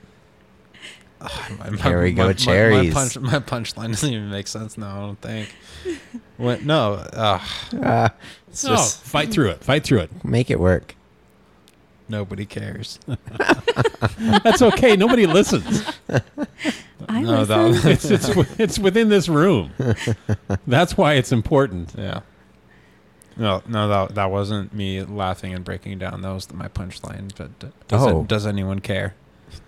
E: Ah, my- my-
C: Here we
E: my-
C: go,
E: my-
C: cherries.
E: My, punch, my punchline doesn't even make sense now. I don't think. What? No. Uh,
C: Uh, it's
B: No,
C: just
B: fight through it. Fight through it.
C: make it work.
E: nobody cares.
B: That's okay. Nobody listens.
D: I
E: no,
D: listen.
E: that-
B: It's, it's wi- it's within this room. That's why it's important.
E: yeah. No, no, that that wasn't me laughing and breaking down. That was my punchline. But d- does, it-
C: Oh.
E: does anyone care?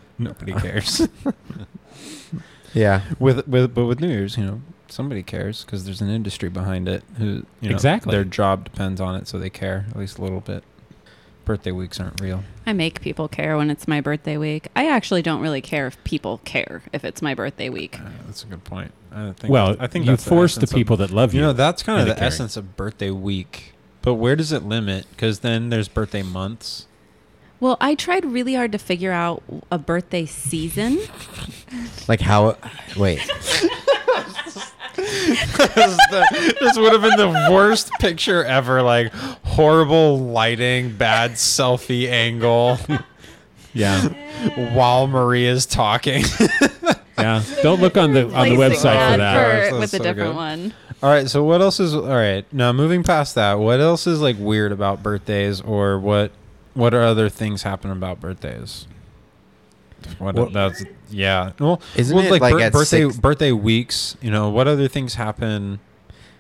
E: Nobody cares.
C: Yeah.
E: with with but with New Year's, you know, somebody cares because there's an industry behind it. Who you know,
B: Exactly.
E: their job depends on it, so they care at least a little bit. Birthday weeks aren't real.
D: I make people care when it's my birthday week. I actually don't really care if people care if it's my birthday week.
E: Uh, that's a good point. I think.
B: Well,
E: I think
B: you
E: that's
B: force the
E: essence of-
B: people that love you.
E: You know, that's kind of
B: into
E: the
B: caring.
E: essence of birthday week. But where does it limit? Because then there's birthday months.
D: Well, I tried really hard to figure out a birthday season.
C: Like how? Wait.
E: this would have been the worst picture ever. Like horrible lighting, bad selfie angle
B: yeah.
E: while Maria's talking.
B: Yeah. Don't look on the on the
D: Placing
B: website for that.
D: ad
E: That's
D: for- with
E: so
D: a different
E: good.
D: one.
E: All right. So what else is all right? Now moving past that, what else is like weird about birthdays, or what? What are other things happen about birthdays? What
C: Well-
E: that's yeah. Well,
C: Isn't
E: well,
C: it like at
E: birthday
C: six-
E: birthday weeks? You know, what other things happen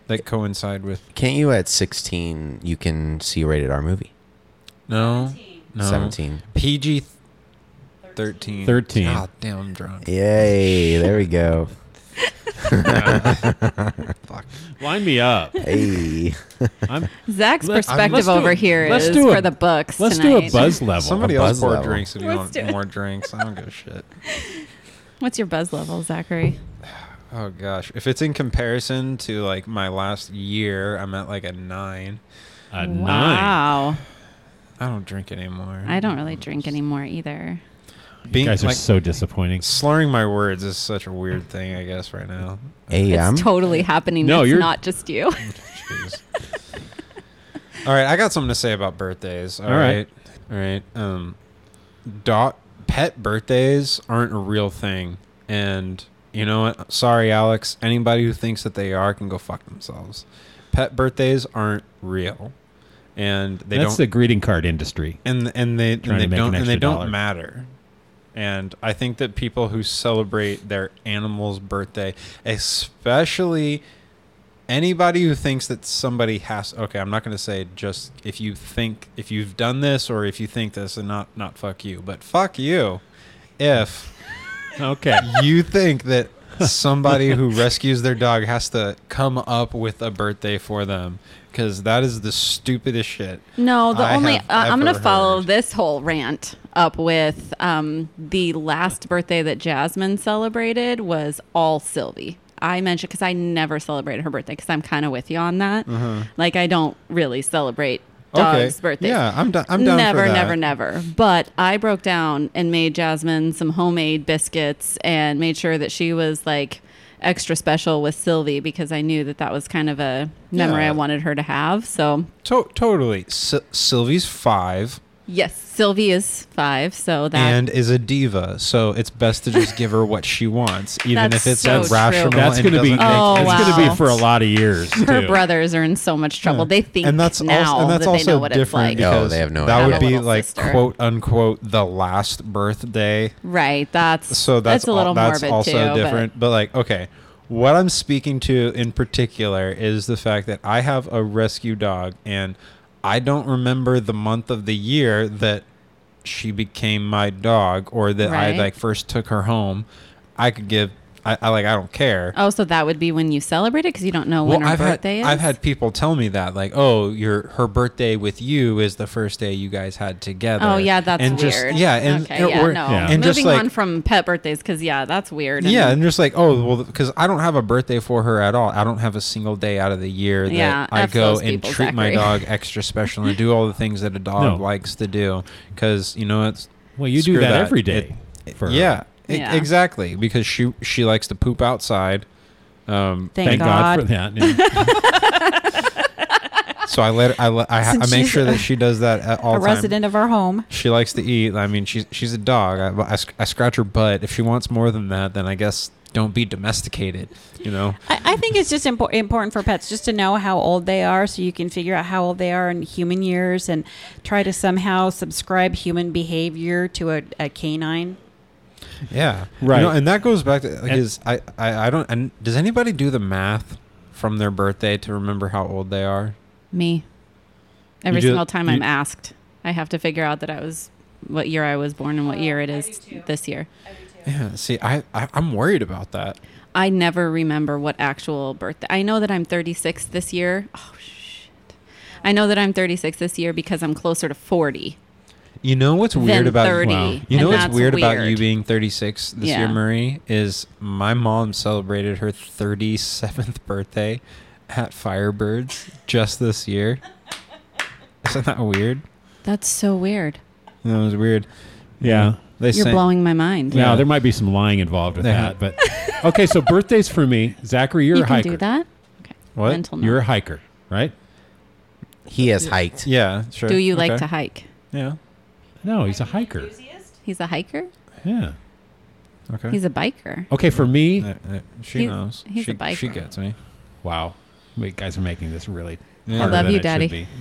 E: that coincide with
C: Can't you at 16 you can see a rated R movie?
E: no no
C: 17.
E: PG Thirteen.
B: 13.
E: God damn, I'm drunk.
C: Yay! There we go.
E: Fuck.
B: Line me up.
C: Hey.
B: I'm,
D: Zach's
B: Let's-
D: perspective
B: let's do a-
D: over here
B: let's
D: is
B: do a-
D: for the books.
B: let's do a
D: tonight.
B: buzz level.
E: Somebody
C: A
E: else
C: buzz
E: poured
C: level.
E: drinks if you
D: Let's do
E: want
D: it.
E: more drinks. I don't give a shit.
D: What's your buzz level, Zachary?
E: Oh gosh, if it's in comparison to like my last year, I'm at like a nine.
B: a nine.
D: Wow.
E: I don't drink anymore.
D: I don't really drink anymore either.
E: Being,
B: You guys are
E: like,
B: so disappointing.
E: slurring my words is such a weird thing, I guess, right now.
C: Hey, I'm.
D: It's totally happening.
B: No,
D: it's
B: you're-
D: not just you.
E: Jeez. All right, I got something to say about birthdays.
B: All
E: all
B: right.
E: right. All right. Um dot pet birthdays aren't a real thing and you know what? Sorry, Alex. Anybody who thinks that they are can go fuck themselves. Pet birthdays aren't real. And they
B: That's
E: don't
B: the greeting card industry.
E: and and they and
B: Trying to
E: they
B: make an
E: don't and they
B: extra
E: don't
B: dollar.
E: matter. And I think that people who celebrate their animal's birthday, especially anybody who thinks that somebody has okay, I'm not going to say just if you think if you've done this or if you think this and not not fuck you, but fuck you if
B: Okay.
E: you think that somebody who rescues their dog has to come up with a birthday for them because that is the stupidest shit.
D: No, the
E: I
D: only uh,
E: have
D: I'm going
E: ever
D: to follow
E: heard.
D: this whole rant up with um, the last birthday that Jasmine celebrated was all Sylvie. I mentioned because I never celebrated her birthday because I'm kind of with you on that.
B: Uh-huh.
D: Like I don't really celebrate dogs' birthdays.
E: Yeah, I'm done. I'm done.
D: never,
E: for that.
D: never, never. But I broke down and made Jasmine some homemade biscuits and made sure that she was like extra special with Sylvie because I knew that that was kind of a memory
E: Yeah.
D: I wanted her to have. So
E: To- totally. Sy- Sylvie's five
D: Yes, Sylvie is five, so that
E: and is a diva, so it's best to just give her what she wants, even
D: That's
E: if it's
D: so
E: irrational.
D: true.
B: That's
E: and
B: going to be
E: doesn't make
D: Oh,
B: that's
E: any
D: wow.
B: going to be for a lot of years.
D: her
B: too.
D: brothers are in so much trouble. They think
E: and that's
D: now
E: also, and that's
D: that
E: also
D: they know what
E: different
D: it's like.
C: Yeah.
E: because
C: No, they have no
E: that
C: idea.
E: would
D: Have a
E: be
D: little
E: like
D: sister.
E: quote unquote the last birthday
D: Right. That's
E: so that's,
D: a little
E: al- that's
D: morbid
E: also
D: too, but-
E: different but, like okay what i'm speaking to in particular is the fact that i have a rescue dog and i don't remember the month of the year that she became my dog or that
D: Right.
E: i like first took her home i could give i, I like i don't care
D: Oh, so that would be when you celebrate it because you don't know when her
E: I've
D: birthday
E: had,
D: is.
E: I've had people tell me that, like, oh, your her birthday with you is the first day you guys had together.
D: Oh yeah, that's
E: and
D: weird.
E: just- yeah, and
D: okay,
E: and-
D: yeah,
E: or-
D: no.
B: Yeah.
E: and
D: Moving
E: just like
D: on from pet birthdays because yeah, that's weird. and-
E: yeah, and just like, oh, well, because I don't have a birthday for her at all. I don't have a single day out of the year that
D: Yeah,
E: I
D: F
E: go
D: those
E: and
D: people,
E: treat my
D: Zachary.
E: dog extra special and do all the things that a dog
B: No.
E: likes to do. Because you know it's
B: Well, you do
E: screw
B: that every day
E: It-
B: for her.
E: yeah, e-
D: Yeah.
E: exactly. Because she she likes to poop outside. Um,
F: Thank,
B: Thank God.
F: God.
B: for that. Yeah.
E: so I let her, I let, I, ha- I
F: Since
E: make
F: she's
E: sure that she does that at all
F: a
E: time.
F: resident of our home.
E: She likes to eat. I mean, she's she's a dog. I, I, sc- I scratch her butt. If she wants more than that, then I guess don't be domesticated. You know.
F: I, I think it's just impor- important for pets just to know how old they are so you can figure out how old they are in human years and try to somehow subscribe human behavior to a, a canine.
E: Yeah,
B: Right.
E: You know, and that goes back to like,
B: And-
E: is I, I I don't. And does anybody do the math from their birthday to remember how old they are?
D: me. Every
E: do-
D: single time
E: you-
D: I'm asked, I have to figure out that I was what year I was born and what year it is this year.
E: Yeah. See, I, I I'm worried about that.
D: I never remember what actual birthday. I know that I'm 36 this year. Oh shit! I know that I'm 36 this year because I'm closer to 40.
E: You know what's
D: Then
E: weird about
D: 30,
E: You know
D: and
E: what's
D: that's
E: weird, about you
D: weird.
E: being 36 this
D: Yeah.
E: year, Marie, is my mom celebrated her 37th birthday at Firebirds just this year. Isn't that weird?
D: That's so weird.
E: That was weird.
B: yeah.
E: They
D: You're
E: sang-
D: blowing my mind.
B: Now there might be some lying involved with
E: Yeah.
B: that, but okay. So birthdays for me, Zachary, you're
D: you
B: a
D: can
B: hiker.
D: do that. Okay.
E: What?
D: Mental note.
B: You're a hiker, right?
C: He has hiked.
E: Yeah, sure.
D: do you like
E: Okay.
D: to hike?
E: Yeah.
B: No, he's a hiker.
D: He's a hiker.
B: Yeah.
E: Okay.
D: He's a biker.
B: Okay, for me,
E: Uh, uh, she
D: He's-
E: knows.
D: he's
E: she,
D: a
E: she
D: biker.
E: gets me.
B: Wow. You guys are making this really.
E: Yeah.
B: harder
D: I love
B: than
D: you,
B: it should
D: Daddy.
B: be.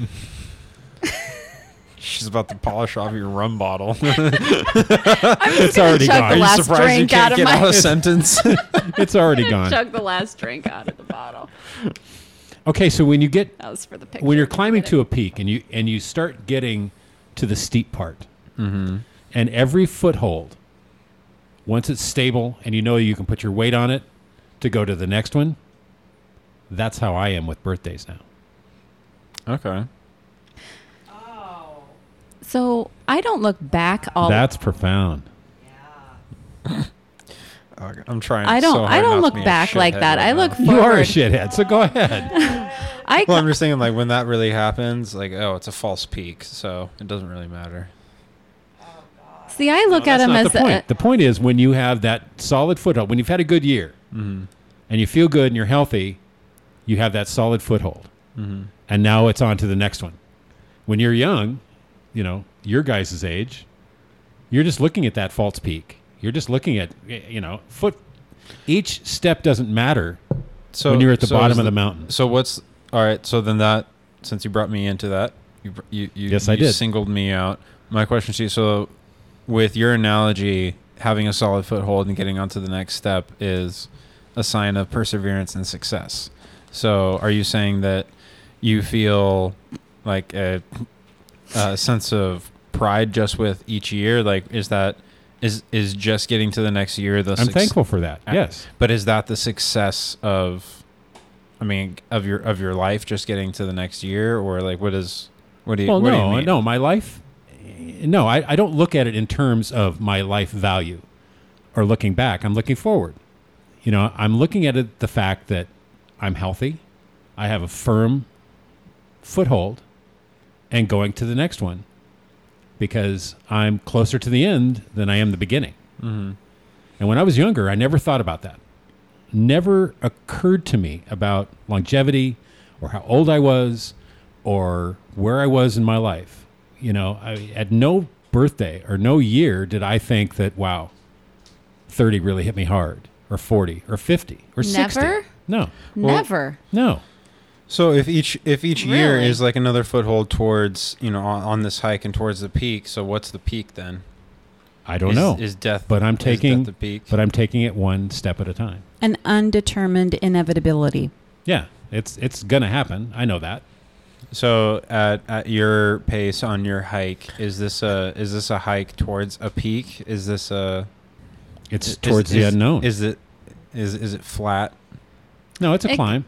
E: She's about to polish off your rum bottle.
B: It's already
D: chug
B: gone.
D: the last drink out of my.
E: sentence?
B: It's already gone.
D: Chug the last drink out of the bottle.
B: Okay, so when you get
D: That was for the picture.
B: when you're climbing to a peak and you and you start getting to the steep part, and every foothold Once it's stable and you know you can put your weight on it to go to the next one, that's how I am with birthdays now.
E: Okay.
D: So I don't look back all.
B: that's profound.
E: I'm trying.
D: I don't.
E: so hard
D: I
E: not
D: don't
E: to
D: look
E: be a
D: back like
E: shithead
D: that.
E: right
D: I
E: now.
D: look forward.
B: You are a shithead, so go ahead.
D: I
E: Well, I'm just saying, like when that really happens, like oh, it's a false peak, so it doesn't really matter.
D: see. I look at
B: That's
D: him
B: not
D: as
B: the point.
D: a,
B: the point is when you have that solid foothold, when you've had a good year,
D: Mm-hmm.
B: and you feel good and you're healthy, you have that solid foothold,
D: Mm-hmm.
B: and now it's on to the next one. When you're young, you know your guys' age, you're just looking at that false peak. You're just looking at y- you know foot. Each step doesn't matter.
E: So
B: When you're at the
E: so
B: bottom
E: is
B: of the mountain.
E: So what's all right? So then that since you brought me into that, you br- you, you
B: Yes, I
E: you
B: did.
E: singled me out. My question to you: so with your analogy, having a solid foothold and getting onto the next step is a sign of perseverance and success. So are you saying that you feel like a, a sense of pride just with each year? Like is that is is just getting to the next year the
B: I'm
E: suc-
B: thankful for that. Yes.
E: but is that the success of I mean of your of your life just getting to the next year or like what is what do you
B: Well,
E: what do you
B: no,
E: mean?
B: no, my life. No, I, I don't look at it in terms of my life value or looking back. I'm looking forward. You know, I'm looking at it, the fact that I'm healthy, I have a firm foothold, and going to the next one because I'm closer to the end than I am the beginning. And when I was younger, I never thought about that. Never occurred to me about longevity or how old I was or where I was in my life. You know, I, at no birthday or no year did I think that, wow, 30 really hit me hard or 40 or 50 or 60.
D: Never?
B: No,
D: never.
B: no.
E: So if each if each year
D: Really?
E: is like another foothold towards, you know, on, on this hike and towards the peak, so what's the peak then?
B: I don't
E: Is-
B: know.
E: Is death
B: but I'm
E: is death
B: taking,
E: the peak?
B: but I'm taking it one step at a time.
F: An undetermined inevitability.
B: Yeah, it's it's gonna happen. I know that.
E: So at, at your pace on your hike, is this a is this a hike towards a peak? Is this a
B: It's
E: is-
B: towards the
E: is-
B: unknown.
E: Is it is is it flat?
B: No, it's a
D: It-
B: climb.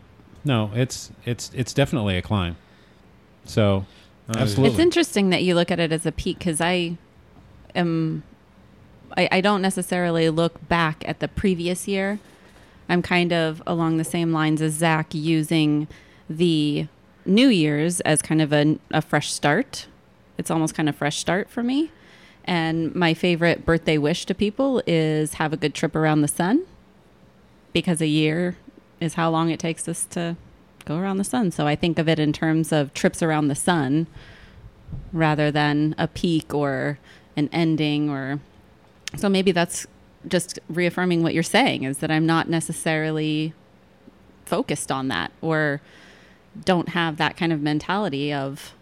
B: No, it's it's it's definitely a climb. So, absolutely.
D: It's interesting that you look at it as a peak because I am. I, I don't necessarily look back at the previous year. I'm kind of along the same lines as Zach, using the New Year's as kind of a, a fresh start. It's almost kind of fresh start for me. And my favorite birthday wish to people is have a good trip around the sun because a year is how long it takes us to go around the sun. So I think of it in terms of trips around the sun rather than a peak or an ending or so maybe that's just reaffirming what you're saying is that I'm not necessarily focused on that or don't have that kind of mentality of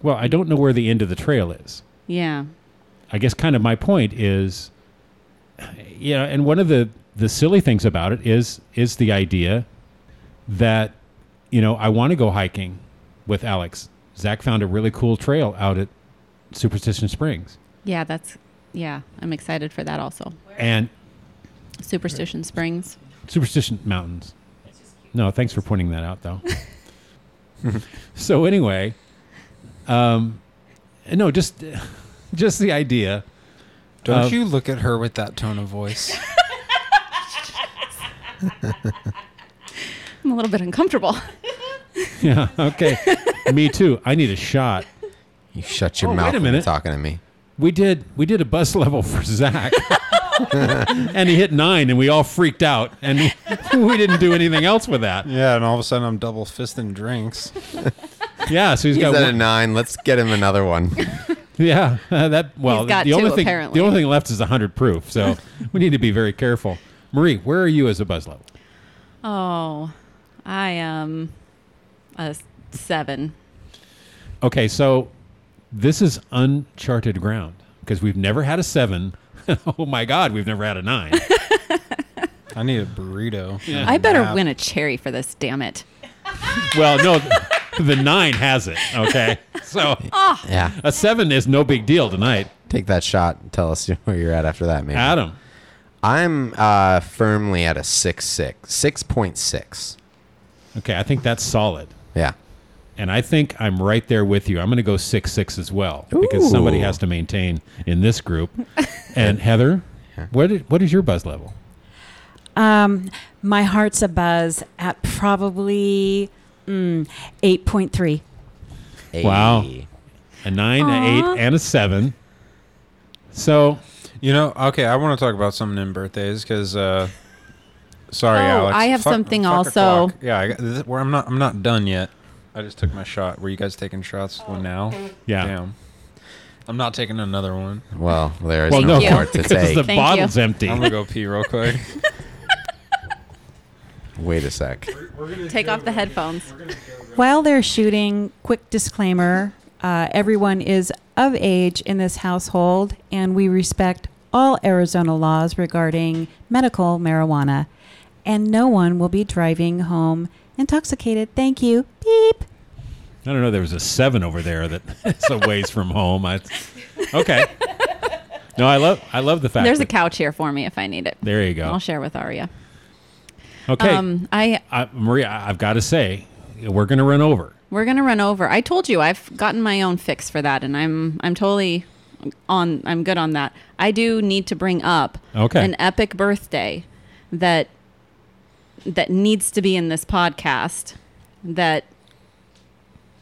B: well, I don't know where the end of the trail is.
D: yeah
B: I guess kind of my point is, you know, and one of the the silly things about it is is the idea that you know I want to go hiking with Alex. Zach found a really cool trail out at Superstition Springs,
D: yeah that's yeah I'm excited for that also
B: and
D: Superstition Springs
B: Superstition Mountains. No, thanks for pointing that out, though. so anyway, um, no, just just the idea. Uh,
E: Don't you look at her with that tone of voice.
D: I'm a little bit uncomfortable
B: Yeah. Okay. Me too. I need a shot.
C: You shut your
B: Oh, wait
C: mouth
B: a
C: when you're
B: minute.
C: talking to me.
B: We did we did a bus level for Zach, and he hit nine, and we all freaked out, and we didn't do anything else with that.
E: Yeah, and all of a sudden I'm double fisting drinks.
B: Yeah. So he's
C: He's
B: got
C: at a
B: one-
C: nine. Let's get him another one.
B: Yeah, uh, that well,
D: He's got
B: the only
D: two,
B: thing
D: apparently.
B: the only thing left is hundred proof, so we need to be very careful. Marie, where are you as a buzz level?
D: Oh, I am a s- seven.
B: Okay, so this is uncharted ground because we've never had a seven. oh my God, we've never had a nine.
E: I need a burrito.
D: I better win a cherry for this, damn it.
B: well, no, the nine has it. Okay, so
C: yeah.
B: a seven is no big deal tonight.
C: Take that shot and tell us where you're at after that, man.
B: Adam,
C: I'm uh, firmly at a six six six point six.
B: Okay, I think that's solid.
C: Yeah.
B: And I think I'm right there with you. I'm going to go six six as well because somebody
C: Ooh.
B: has to maintain in this group. and Heather, what is, what is your buzz level?
F: Um, my heart's a buzz at probably mm, 8.3.
B: Wow.
C: Hey.
B: A nine,
F: Aw.
B: a eight, and a seven. So
E: You know, okay, I want to talk about something in birthdays because. Uh, sorry,
D: Oh,
E: Alex.
D: I have something
E: a
D: also.
E: clock. Yeah, I, got- this, where I'm not. I'm not done yet. I just took my shot. Were you guys taking shots Well, now?
B: Yeah.
E: Damn. I'm not taking another one.
C: Well, there is
B: Well,
C: no
D: no,
C: more to
B: because
C: take.
B: the
D: Thank
B: bottle's empty.
E: I'm gonna go pee real quick.
C: Wait a sec.
D: Take off the headphones.
F: While they're shooting, quick disclaimer uh, everyone is of age in this household, and we respect all Arizona laws regarding medical marijuana. And no one will be driving home intoxicated. Thank you. Beep.
B: I don't know. There was a seven over there that it's a ways from home. I, okay. No, I love I love the fact.
D: There's a
B: that-
D: couch here for me if I need it.
B: There you go.
D: I'll share with Aria.
B: Okay,
D: Um, I
B: I, Maria, I- I've got to say, we're going to run over.
D: we're gonna run over. I told you I've gotten my own fix for that, and I'm I'm totally on. I'm good on that. I do need to bring up
B: Okay.
D: an epic birthday that that needs to be in this podcast that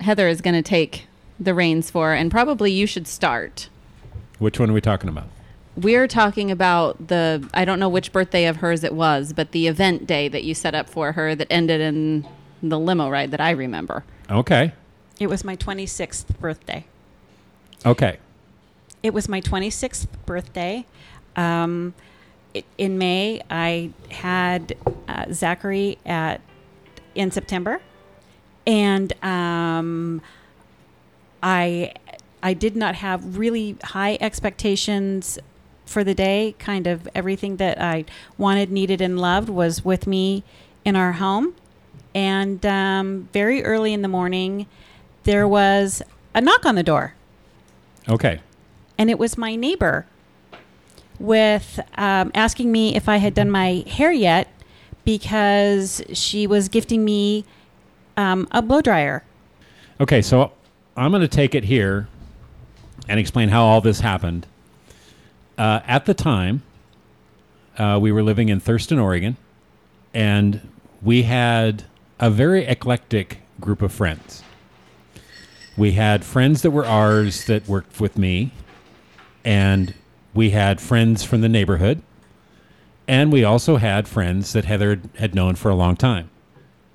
D: Heather is gonna take the reins for, and probably you should start.
B: Which one are we talking about?
D: We're talking about the I don't know which birthday of hers it was, but the event day that you set up for her that ended in the limo ride that I remember.
B: Okay,
F: It was my 26th birthday.
B: okay,
F: It was my 26th birthday. Um, i- in May, I had uh, Zachary at in September, and um, I I did not have really high expectations for the day. Kind of everything that I wanted, needed, and loved was with me in our home. And um, very early in the morning, there was a knock on the door
B: okay.
F: and it was my neighbor with um, asking me if I had done my hair yet because she was gifting me um, a blow dryer.
B: Okay, so I'm going to take it here and explain how all this happened. Uh, at the time, uh, we were living in Thurston, Oregon, and we had a very eclectic group of friends. We had friends that were ours that worked with me, and we had friends from the neighborhood, and we also had friends that Heather had known for a long time.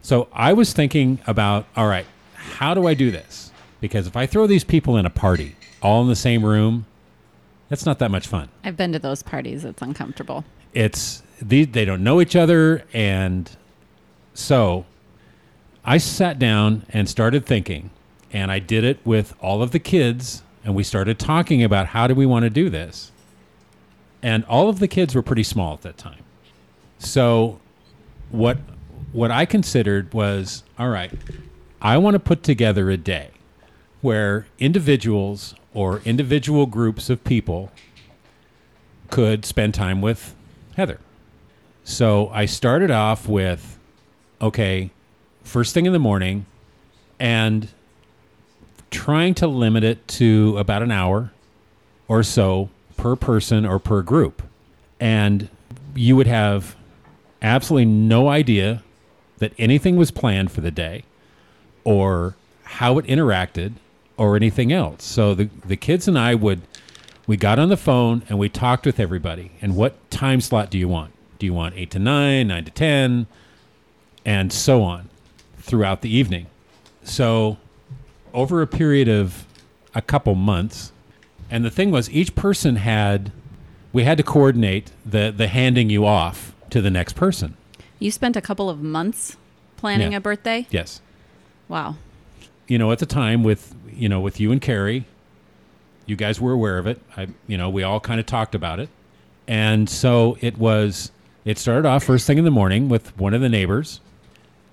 B: So I was thinking about, all right, how do I do this? Because if I throw these people in a party, all in the same room, that's not that much fun.
D: I've been to those parties. It's uncomfortable.
B: It's they, they don't know each other, and so I sat down and started thinking, and I did it with all of the kids, and we started talking about how do we want to do this, and all of the kids were pretty small at that time, so what what I considered was all right, I want to put together a day where individuals or individual groups of people could spend time with Heather. So I started off with okay, first thing in the morning and trying to limit it to about an hour or so per person or per group. And you would have absolutely no idea that anything was planned for the day or how it interacted or anything else. So the, the kids and I would we got on the phone and we talked with everybody and what time slot do you want? Do you want 8 to 9, 9 to 10 and so on throughout the evening. So over a period of a couple months and the thing was each person had we had to coordinate the the handing you off to the next person.
D: You spent a couple of months planning
B: Yeah.
D: a birthday?
B: Yes.
D: Wow.
B: you know, at the time with you know with you and Carrie, you guys were aware of it. I, you know, we all kind of talked about it, and so it was. It started off first thing in the morning with one of the neighbors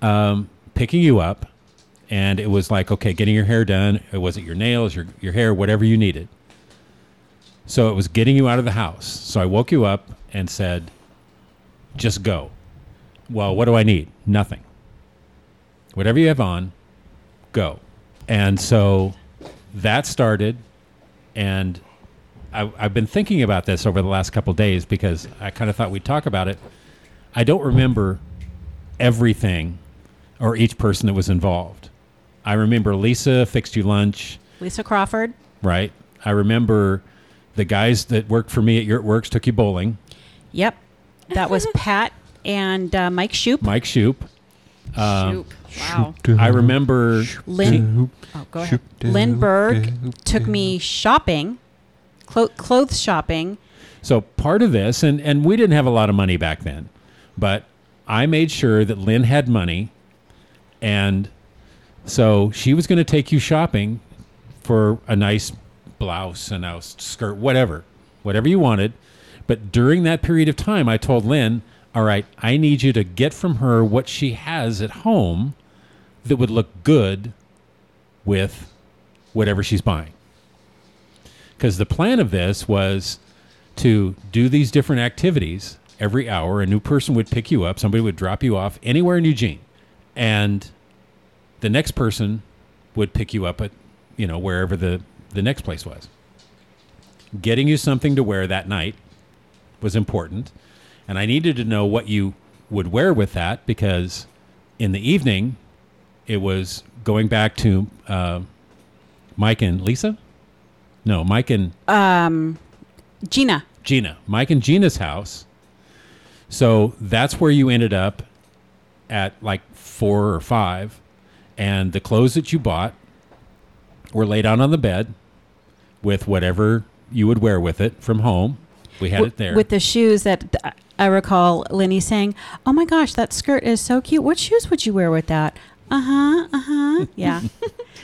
B: um, picking you up, and it was like, okay, getting your hair done. It wasn't your nails, your your hair, whatever you needed. So it was getting you out of the house. So I woke you up and said, Just go. Well, what do I need? Nothing. Whatever you have on, go. And so that started, and I, I've been thinking about this over the last couple days because I kind of thought we'd talk about it. I don't remember everything or each person that was involved. I remember Lisa fixed you lunch
F: Lisa Crawford.
B: right? I remember the guys that worked for me at your works took you bowling.
F: Yep. That was Pat and uh, Mike Shoop.
B: Mike Shoop. Um,
D: Shoop. Wow.
B: I remember
F: Lynn, oh, go ahead. Lynn Berg took me shopping, clo- clothes shopping.
B: so part of this, and and we didn't have a lot of money back then, but I made sure that Lynn had money, and so she was going to take you shopping for a nice blouse and a skirt, whatever, whatever you wanted. But during that period of time, I told Lynn, "All right, I need you to get from her what she has at home that would look good with whatever she's buying." Because the plan of this was to do these different activities every hour. A new person would pick you up, somebody would drop you off anywhere in Eugene, and the next person would pick you up at you know wherever the the next place was. Getting you something to wear that night was important, and I needed to know what you would wear with that because in the evening it was going back to uh, Mike and Lisa. No, Mike and
F: Gina.
B: Gina, Mike and Gina's house. So that's where you ended up at like four or five. And the clothes that you bought were laid out on the bed with whatever you would wear with it from home. We had it there.
F: With the shoes that th- I recall Lenny saying, Oh my gosh, that skirt is so cute. What shoes would you wear with that? Uh huh, uh huh. Yeah.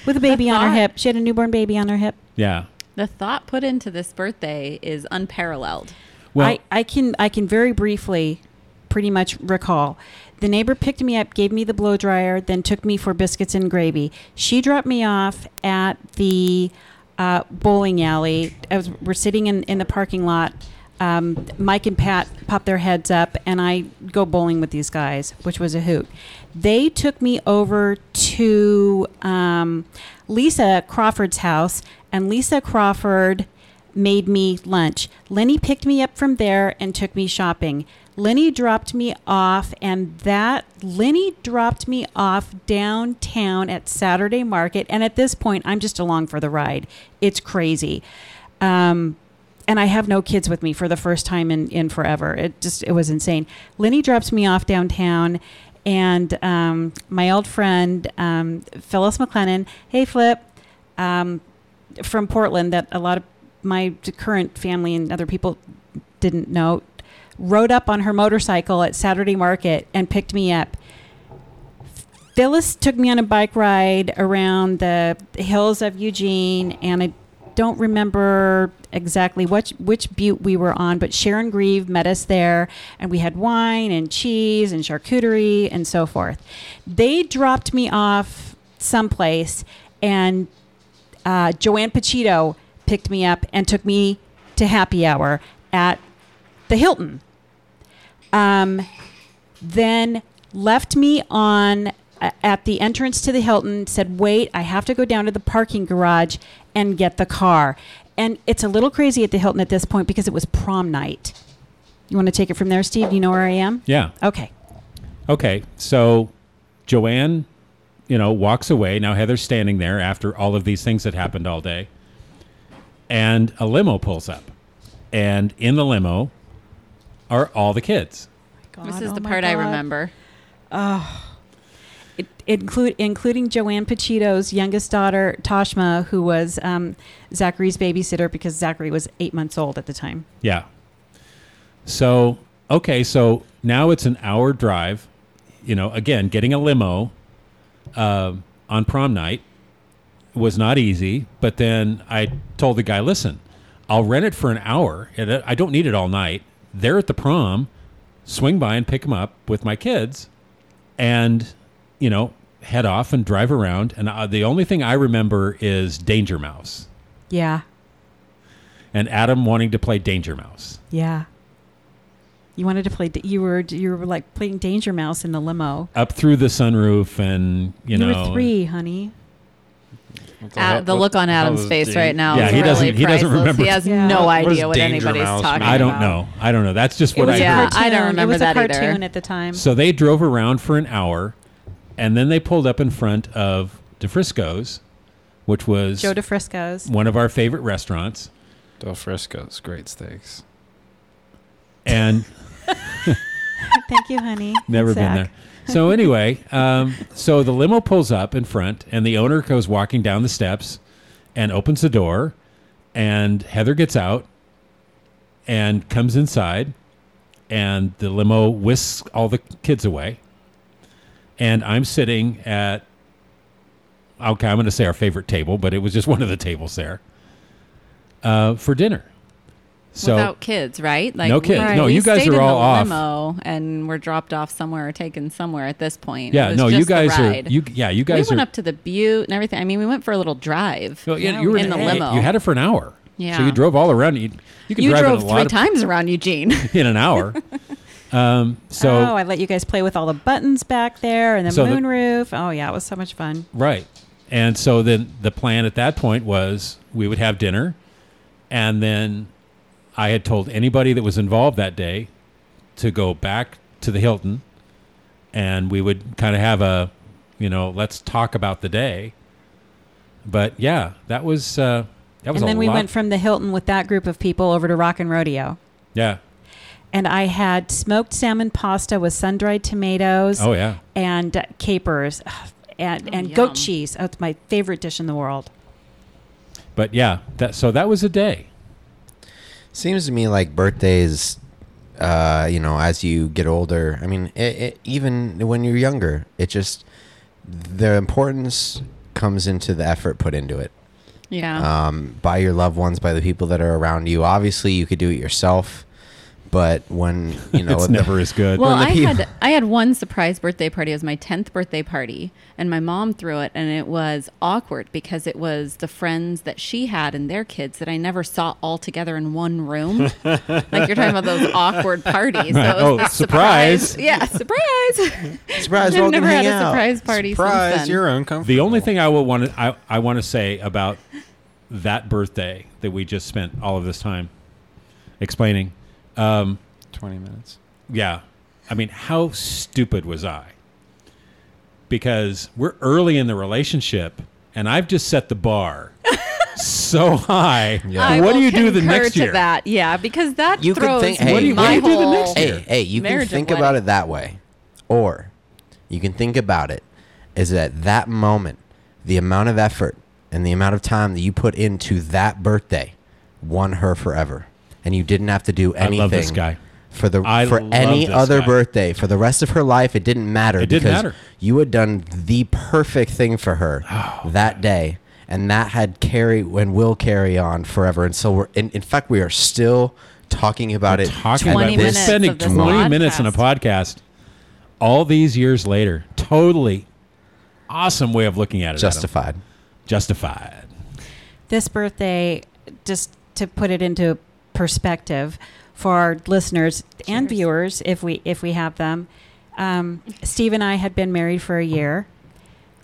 F: with a baby on her
D: thought.
F: hip. She had a newborn baby on her hip.
B: yeah.
D: The thought put into this birthday is unparalleled.
B: Well,
F: I, I can I can very briefly pretty much recall. The neighbor picked me up, gave me the blow dryer, then took me for biscuits and gravy. She dropped me off at the uh, bowling alley. I was, we're sitting in, in the parking lot. Um, Mike and Pat pop their heads up, and I go bowling with these guys, which was a hoot. They took me over to um, Lisa Crawford's house, and Lisa Crawford made me lunch. Lenny picked me up from there and took me shopping. Lenny dropped me off, and that Lenny dropped me off downtown at Saturday Market. And at this point, I'm just along for the ride. It's crazy. Um, and I have no kids with me for the first time in, in forever. It just it was insane. Lenny drops me off downtown, and um, my old friend um, Phyllis McLennan. Hey, Flip. Um, from Portland that a lot of my current family and other people didn't know rode up on her motorcycle at Saturday Market and picked me up. Phyllis took me on a bike ride around the hills of Eugene, and I don't remember exactly which, which butte we were on, but Sharon Grieve met us there, and we had wine and cheese and charcuterie and so forth. They dropped me off someplace, and uh, Joanne Pachito picked me up and took me to happy hour at the Hilton. Um, then left me on a- at the entrance to the Hilton, said, Wait, I have to go down to the parking garage and get the car. And it's a little crazy at the Hilton at this point because it was prom night. You want to take it from there, Steve? You know where I am?
B: yeah.
F: Okay.
B: Okay, so Joanne, you know, walks away. Now Heather's standing there after all of these things that happened all day. And a limo pulls up. And in the limo are all the kids.
F: God,
D: this is
F: oh
D: the
F: my
D: part I
F: God.
D: remember.
F: it, include including Joanne Pachito's youngest daughter Toshma, who was um, Zachary's babysitter because Zachary was eight months old at the time.
B: Yeah. So, okay, so now it's an hour drive, you know, again, getting a limo um on prom night was not easy, but then I told the guy, "Listen, I'll rent it for an hour. and I I don't need it all night. They're at the prom. Swing by and pick them up with my kids." and you know head off and drive around and uh, the only thing i remember is danger mouse
F: Yeah,
B: and adam wanting to play danger mouse
F: yeah. You wanted to play. You were you were like playing Danger Mouse in the limo.
B: up through the sunroof, and you,
F: You,
B: know,
F: were three, honey.
E: What
D: Ad-
E: hell-
D: the
E: what
D: look on
E: hell
D: Adam's
E: is
D: face
E: Dan-
D: right now
B: Yeah,
D: is
B: he
D: really
B: doesn't- he doesn't
D: priceless.
B: remember.
D: He has
F: Yeah.
D: no
F: What
E: does
D: idea what
E: Danger
D: anybody's
E: Mouse
D: talking
E: mean?
B: I don't
D: about.
B: know. I don't know. That's just
F: It
B: what
F: was
B: I
F: a
D: Yeah,
B: heard.
F: cartoon.
D: I don't
F: it
D: remember
F: was
D: that
F: a
D: either.
F: cartoon at the time.
B: So they drove around for an hour, and then they pulled up in front of DeFrisco's, which was
F: Joe DeFrisco's.
B: one of our favorite restaurants.
E: Del Frisco's great steaks.
B: And
F: Thank you, honey.
B: Never
F: Zach.
B: been there. So anyway, um, so the limo pulls up in front, and the owner goes walking down the steps, and opens the door, and Heather gets out, and comes inside, and the limo whisks all the kids away, and I'm sitting at, okay, I'm going to say our favorite table, but it was just one of the tables there, uh, for dinner. So
D: Without kids, right? Like
B: No kids.
D: we-
B: No,
D: we
B: you guys
D: stayed
B: are
D: in
B: all
D: the
B: off.
D: Limo and we're dropped off somewhere or taken somewhere at this point. It
B: yeah,
D: was
B: no, you
D: just the
B: guys are
D: ride.
B: you yeah you guys
D: we went
B: are
D: up to the butte and everything. I mean, we went for a little drive.
B: Well, yeah,
F: Yeah,
B: you were
F: we
D: in the
B: hey,
D: limo.
B: You had it for an hour. So
D: Yeah.
B: you drove all around. You, you could
D: you
B: drive
D: drove
B: in a
D: three
B: lot of-
D: times around Eugene.
B: in an hour. um, so
F: oh, I let you guys play with all the buttons back there and the
B: So the-
F: moonroof. oh yeah, it was so much fun.
B: right, and so then the plan at that point was we would have dinner, and then I had told anybody that was involved that day to go back to the Hilton, and we would kind of have a, you know, let's talk about the day. But yeah, that was uh, that was
F: And
B: a
F: then we
B: lot-
F: went from the Hilton with that group of people over to Rock and Rodeo.
B: yeah.
F: And I had smoked salmon pasta with sun-dried tomatoes
B: Oh yeah.
F: and uh, capers Ugh, and, and goat
D: yum.
F: cheese. Oh, it's my favorite dish in the world.
B: But yeah, that so that was a day.
C: Seems to me like birthdays, uh, you know, as you get older. I mean, it, it, even when you're younger, it just the importance comes into the effort put into it
D: yeah.
C: um, by your loved ones, by the people that are around you. Obviously, you could do it yourself, but when you know,
B: it's never as good.
D: Well,
C: when the
D: I
C: people-
D: had I had one surprise birthday party. It was my tenth birthday party, and my mom threw it, and it was awkward because it was the friends that she had and their kids that I never saw all together in one room. like you're talking about those awkward parties. So it was
B: Oh,
D: the
B: surprise.
D: Yeah, surprise!
C: surprise, we're all
D: I've
C: gonna
D: never
C: hang
D: had a
C: out.
D: surprise party. since
E: Surprise,
D: then.
E: you're uncomfortable.
B: the only thing I will want to I, I want to say about that birthday that we just spent all of this time explaining.
E: 20 minutes.
B: Yeah. I mean, how stupid was I? Because we're early in the relationship and I've just set the bar so high.
D: I
B: What do
D: will
B: you do the
D: concur
B: next
D: to
B: year?
D: That yeah, because that
C: You could
D: throws
C: think- Hey,
B: what do you- what
D: my
B: do you do the
D: whole-
B: next year?
C: Hey, hey, you
D: Marriage
C: can think
D: and
C: about
D: wedding.
C: it that way, or you can think about it is at that moment the amount of effort and the amount of time that you put into that birthday won her forever, and you didn't have to do anything.
B: love this guy.
C: For the
B: I
C: for
B: love
C: any
B: this
C: other
B: guy.
C: birthday, for the rest of her life, it didn't matter.
B: It didn't
C: because
B: matter.
C: You had done the perfect thing for her
B: Oh,
C: that day, and that had carry and will carry on forever. And so we're in, in fact we are still talking about it
B: Talking
C: at
B: about
D: 20
B: we're
D: minutes
C: this
B: spending
D: of this
B: 20 minutes on a podcast all these years later. Totally awesome way of looking at it. Adam.
C: justified.
B: Justified.
F: this birthday, just to put it into perspective for our listeners and
D: Cheers.
F: viewers, if we if we have them, um, Steve and I had been married for a year.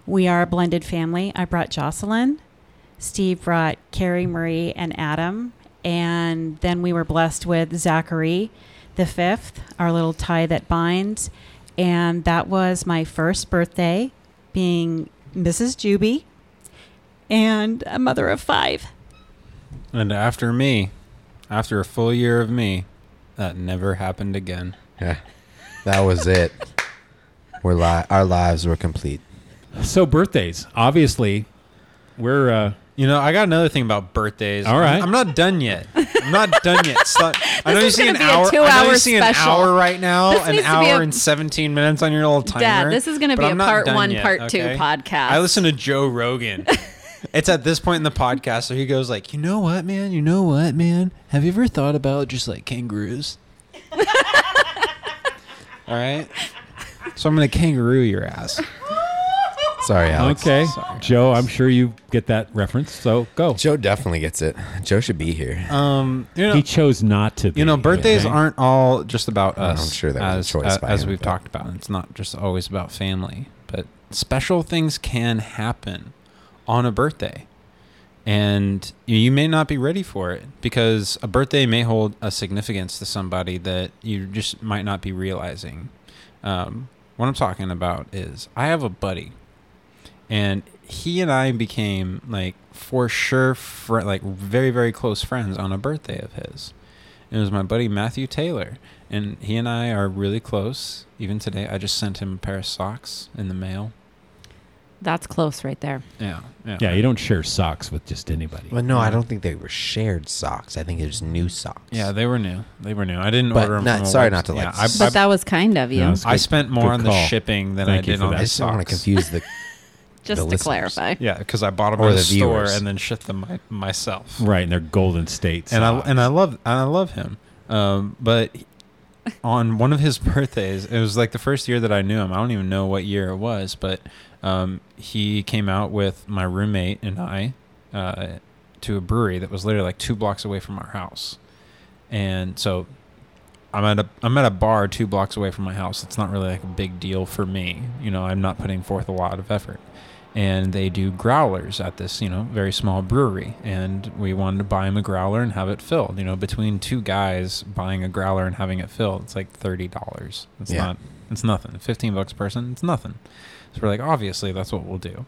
F: We are a blended family. I brought Jocelyn, Steve brought Carrie, Marie, and Adam, and then we were blessed with Zachary, the fifth, our little tie that binds, and that was my first birthday, being Mrs. Juby and a mother of five.
E: And after me, after a full year of me, that never happened again.
C: Yeah. That was it. We're li- our lives were complete.
B: So birthdays, obviously, we're uh,
E: You know, I got another thing about birthdays.
B: All
E: I'm-
B: right.
E: I'm, not done yet. I'm not done yet. So- I know you
D: is
E: see
D: gonna be
E: an
D: a
E: hour. I know
D: two-hour
E: you see an
D: special.
E: hour right now,
D: This
E: an
D: needs to be
E: hour
D: a-
E: and 17 minutes on your little timer.
D: Dad, this is gonna
E: but
D: be
E: I'm
D: a
E: not
D: part
E: done
D: one,
E: yet,
D: part two
E: okay?
D: podcast.
E: I listen to Joe Rogan. it's at this point in the podcast where he goes like, "You know what, man? You know what, man? Have you ever thought about just like kangaroos?" All right. So I'm gonna kangaroo your ass.
C: Sorry, Alex.
B: Okay, Joe, I'm sure you get that reference. So go.
C: Joe definitely gets it. Joe should be here.
E: Um, you know,
B: He chose not to. Be,
E: you know, birthdays
B: okay?
E: aren't all just about
C: I'm
E: us.
C: sure that was a
E: as,
C: choice
E: a-
C: by
E: as
C: him,
E: we've
C: but-
E: talked about. It's not just always about family, but special things can happen on a birthday, and you- you may not be ready for it because a birthday may hold a significance to somebody that you just might not be realizing. Um, what I'm talking about is I have a buddy, and he and I became like for sure, fr- like very very close friends on a birthday of his. It was my buddy Matthew Taylor, and he and I are really close. Even today, I just sent him a pair of socks in the mail.
D: That's close right there.
E: Yeah, yeah.
B: Yeah, you don't share socks with just anybody.
C: Well, no, I don't think they were shared socks. I think it was new socks.
E: Yeah, they were new. They were new. I didn't
C: But
E: order them.
C: not-
E: from a
C: sorry
E: webs-
C: not to, like,
E: Yeah,
C: s-
E: I,
D: But that was kind of you.
B: Yeah, that's
E: I,
B: good-
E: spent more
B: good
E: on the
B: call.
E: shipping than
B: Thank
E: I
B: you
E: did
B: for
E: on
B: that.
E: the
C: I just don't want to
E: socks.
C: confuse the.
D: just
C: the
D: to
C: listeners.
D: clarify.
E: yeah, because I bought them
C: Or
E: at a
C: the
E: store
C: viewers.
E: and then shipped them my, myself.
B: Right, and they're Golden State.
E: and I
B: socks.
E: and I love and I love him. Um, but on one of his birthdays, it was like the first year that I knew him. I don't even know what year it was, but um, he came out with my roommate and I uh, to a brewery that was literally like two blocks away from our house, and so. I'm at a I'm at a bar two blocks away from my house. It's not really like a big deal for me. You know, I'm not putting forth a lot of effort and they do growlers at this, you know, very small brewery. And we wanted to buy him a growler and have it filled. You know, between two guys buying a growler and having it filled, it's like thirty dollars. It's
C: Yeah.
E: not. It's nothing. Fifteen bucks a person. It's nothing. So we're like, obviously, that's what we'll do.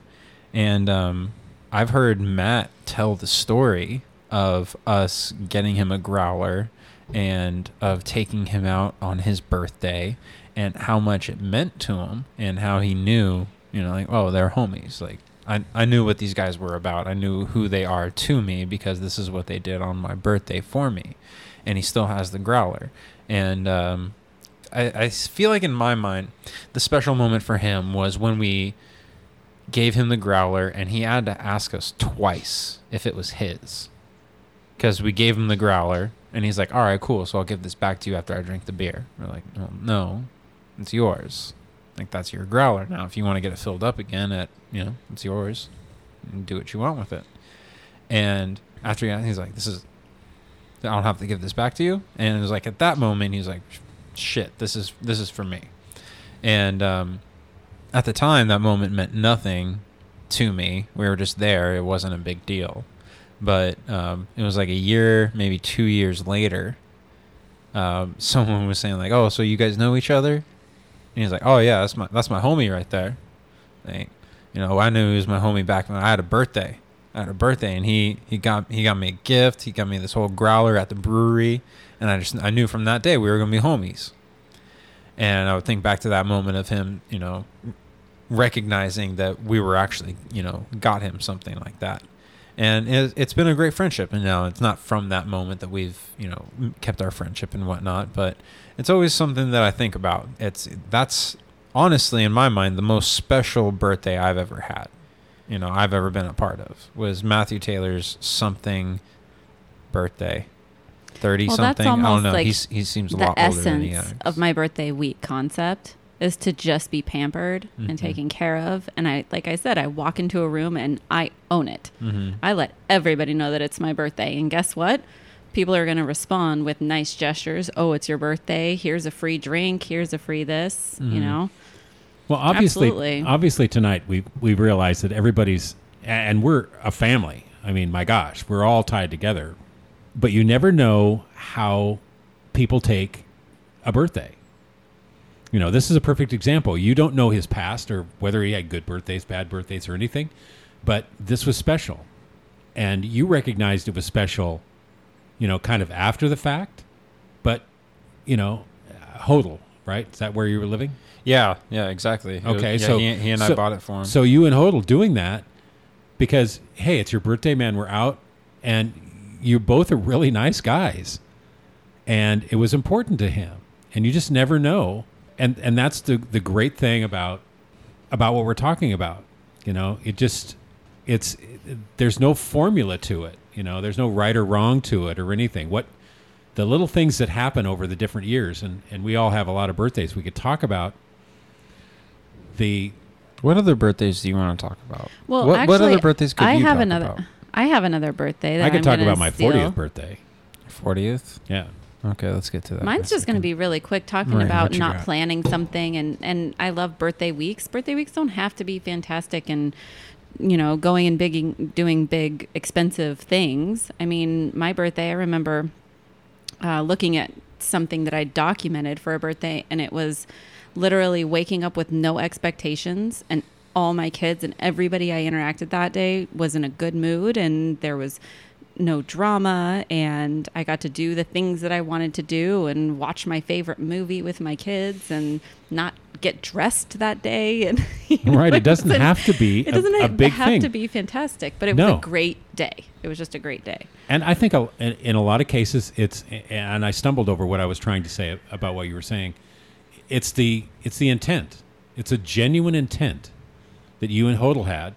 E: And um, I've heard Matt tell the story of us getting him a growler and of taking him out on his birthday and how much it meant to him and how he knew, you know, like, oh, they're homies. Like, I, I knew what these guys were about. I knew who they are to me because this is what they did on my birthday for me. And he still has the growler. And um, I, I s- feel like in my mind, the special moment for him was when we gave him the growler and he had to ask us twice if it was his because we gave him the growler and he's like all right cool so i'll give this back to you after i drink the beer we're like well, no it's yours like that's your growler now if you want to get it filled up again at you know it's yours and do what you want with it and after he got- he's like this is i don't have to give this back to you and it was like at that moment he's like shit this is this is for me and um at the time that moment meant nothing to me we were just there it wasn't a big deal but um, it was like a year maybe two years later um, someone was saying like oh so you guys know each other and he's like oh yeah that's my that's my homie right there like you know i knew he was my homie back when i had a birthday I had a birthday and he he got he got me a gift he got me this whole growler at the brewery and i just i knew from that day we were gonna be homies and I would think back to that moment of him, you know, recognizing that we were actually, you know, got him something like that. And it, it's been a great friendship. And now it's not from that moment that we've, you know, m- kept our friendship and whatnot, but it's always something that I think about. It's that's honestly, in my mind, the most special birthday I've ever had, you know, I've ever been a part of was Matthew Taylor's something birthday. 30
D: Well, that's
E: something. I don't
D: almost
E: know.
D: like
E: He's, he seems a
D: the
E: lot older than he
D: essence
E: is.
D: of my birthday week concept is to just be pampered
E: Mhm.
D: and taken care of and i like i said i walk into a room and i own it
E: Mhm.
D: i let everybody know that it's my birthday and guess what people are going to respond with nice gestures oh it's your birthday here's a free drink here's a free this
E: Mm-hmm.
D: you know
B: Well, obviously,
D: Absolutely.
B: obviously tonight we we realized that everybody's and we're a family. I mean, my gosh, we're all tied together. But you never know how people take a birthday. You know, this is a perfect example. You don't know his past or whether he had good birthdays, bad birthdays, or anything, but this was special. And you recognized it was special, you know, kind of after the fact, but, you know, uh, hodl, right? Is that where you were living?
E: Yeah, yeah, exactly. It was-
B: Okay,
E: yeah,
B: so
E: he, he and
B: so-
E: I bought it for him.
B: So you and Hodel doing that because hey, it's your birthday, man. We're out, and you both are really nice guys, and it was important to him. And you just never know, and and that's the the great thing about about what we're talking about. You know, it just it's there's no formula to it. You know, there's no right or wrong to it or anything. What the little things that happen over the different years, and and we all have a lot of birthdays we could talk about the
E: What other birthdays do you want to talk about?
D: Well,
E: what,
D: actually,
E: what other birthdays could
D: I
E: you
D: have
E: talk
D: another.
E: about?
D: I have another birthday. That
B: I could
D: I'm
B: talk
D: gonna
B: about my
D: steal.
B: 40th birthday.
E: 40th.
B: Yeah.
E: Okay, let's get to that. in a
D: Mine's just going to
E: second.
D: be really quick talking
E: Right,
D: about
E: what you
D: not
E: got?
D: planning something and and I love birthday weeks. Birthday weeks don't have to be fantastic and you know, going and bigging doing big expensive things. I mean, my birthday, I remember uh, looking at something that I documented for a birthday, and it was literally waking up with no expectations, and all my kids and everybody I interacted that day was in a good mood, and there was no drama, and I got to do the things that I wanted to do, and watch my favorite movie with my kids, and not get dressed that day, and you know,
B: Right. It doesn't
D: wasn't-
B: have to be
D: It
B: a,
D: doesn't
B: a
D: have,
B: big
D: have
B: thing.
D: to be fantastic, but it was
B: No.
D: a great day. It was just a great day.
B: And I think a- in in a lot of cases, it's and I stumbled over what I was trying to say about what you were saying. It's the it's the intent. It's a genuine intent that you and Hodel had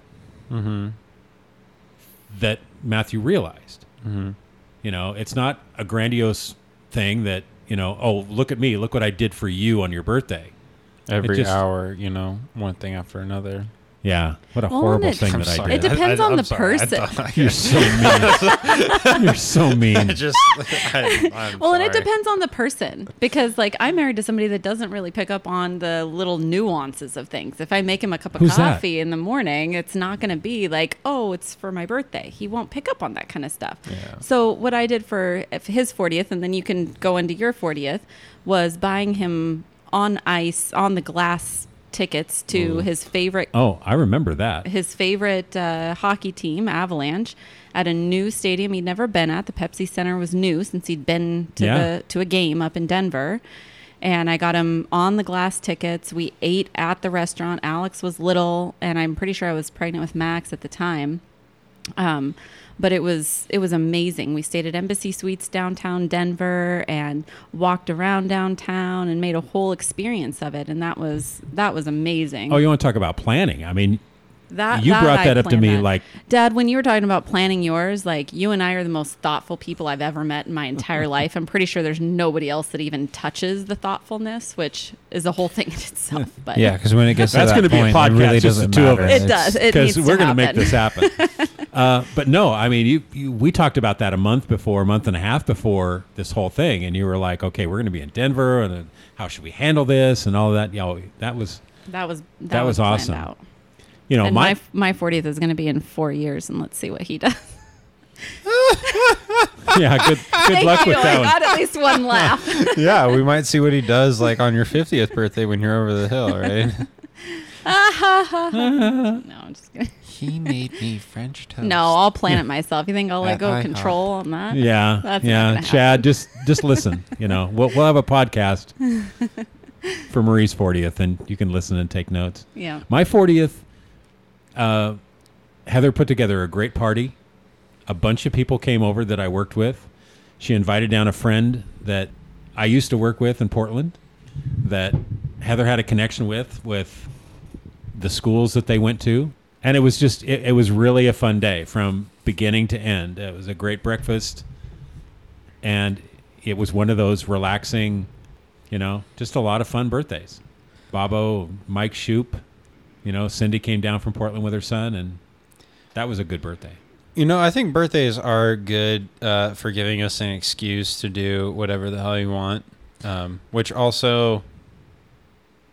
B: that Matthew realized. You know, it's not a grandiose thing that you know. Oh, look at me! Look what I did for you on your birthday.
E: every
B: just-
E: hour. You know, one thing after another.
B: Yeah, what a
D: Well,
B: horrible
D: and it-
B: thing
D: I'm
B: that
E: sorry.
B: I
D: It
B: did.
D: depends on
E: I'm
D: the
E: sorry. I
D: person.
E: thought-
B: You're so mean. You're so mean.
E: I just. I, I'm
D: Well, and it
E: sorry.
D: depends on the person because, like, I'm married to somebody that doesn't really pick up on the little nuances of things. If I make him a cup of
B: Who's that?
D: coffee in the morning, it's not going to be like, oh, it's for my birthday. He won't pick up on that kind of stuff. So, what I did for if his 40th, and then you can go into your 40th, was buying him on ice, on the glass tickets to his favorite
B: Oh, I remember that.
D: his favorite uh, hockey team, Avalanche, at a new stadium he'd never been at. The Pepsi Center was new since he'd been to
B: Yeah.
D: the to a game up in Denver. And I got him on the glass tickets. We ate at the restaurant. Alex was little, and I'm pretty sure I was pregnant with Max at the time. Um, but it was it was amazing. We stayed at Embassy Suites downtown Denver and walked around downtown and made a whole experience of it. And that was that was amazing.
B: Oh, you want to talk about planning? I mean,
D: That
B: You brought
D: I
B: that up to
D: planned
B: me, like-
D: Dad, when you were talking about planning yours, like you and I are the most thoughtful people I've ever met in my entire life. I'm pretty sure there's nobody else that even touches the thoughtfulness, which is a whole thing in itself. But
E: Yeah, because when it gets
B: That's
E: to
B: gonna
E: that
B: be a
E: point,
B: podcast,
E: it really
B: just the
E: doesn't
B: two of
E: matter.
B: us.
D: it does. It needs
B: because
D: to
B: we're going to make
D: happen.
B: this happen. uh, but no, I mean, you, you we talked about that a month before, a month and a half before this whole thing, and you were like, "Okay, we're going to be in Denver, and uh, how should we handle this, and all that." You know, that was,
D: that was that,
B: That was
D: planned
B: awesome.
D: out.
B: you know,
D: and
B: my,
D: my my 40th is going to be in four years, and let's see what he does.
B: yeah, good, good
D: Thank
B: luck
D: you.
B: with that
D: I
B: one.
D: got at least one laugh.
E: yeah, we might see what he does like on your 50th birthday when you're over the hill, right?
D: no, I'm just kidding.
E: he made me French toast.
D: No, I'll plan it myself. You think I'll let
E: At
D: go of
E: IHOP.
D: control on that?
B: Yeah,
D: That's not
B: yeah,
D: gonna
B: Chad, just just listen. You know, we'll we'll have a podcast for Marie's fortieth, and you can listen and take notes.
D: Yeah.
B: My 40th, uh, Heather put together a great party. A bunch of people came over that I worked with. She invited down a friend that I used to work with in Portland that Heather had a connection with, with the schools that they went to. And it was just, it, it was really a fun day from beginning to end. It was a great breakfast. And it was one of those relaxing, you know, just a lot of fun birthdays. Bobo, Mike Shoop, you know, Cindy came down from Portland with her son, and that was a good birthday.
E: You know, I think birthdays are good uh, for giving us an excuse to do whatever the hell you want, um, which also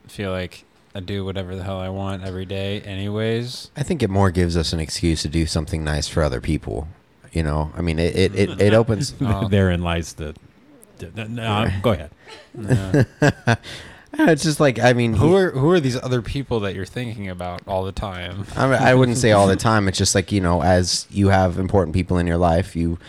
E: I feel like I do whatever the hell I want every day, anyways.
C: I think it more gives us an excuse to do something nice for other people. You know, I mean, it it, it, it opens. um,
E: Oh.
B: Therein lies the. the- the- no, go ahead.
C: It's just like I mean,
E: Who are who are these other people that you're thinking about all the time?
C: I, mean, I wouldn't say all the time. It's just like you know, as you have important people in your life, you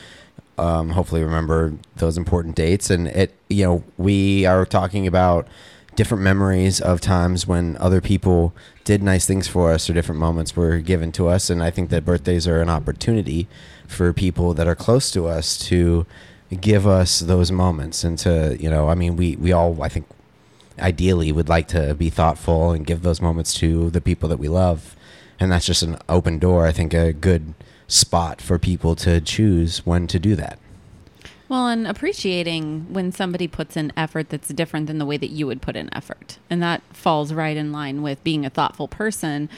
C: um, hopefully remember those important dates. And it, you know, we are talking about different memories of times when other people did nice things for us or different moments were given to us. And I think that birthdays are an opportunity for people that are close to us to give us those moments and to you know, I mean, we we all I think ideally would like to be thoughtful and give those moments to the people that we love. And that's just an open door, I think, a good spot for people to choose when to do that.
D: Well, and appreciating when somebody puts in effort that's different than the way that you would put in effort. And that falls right in line with being a thoughtful person.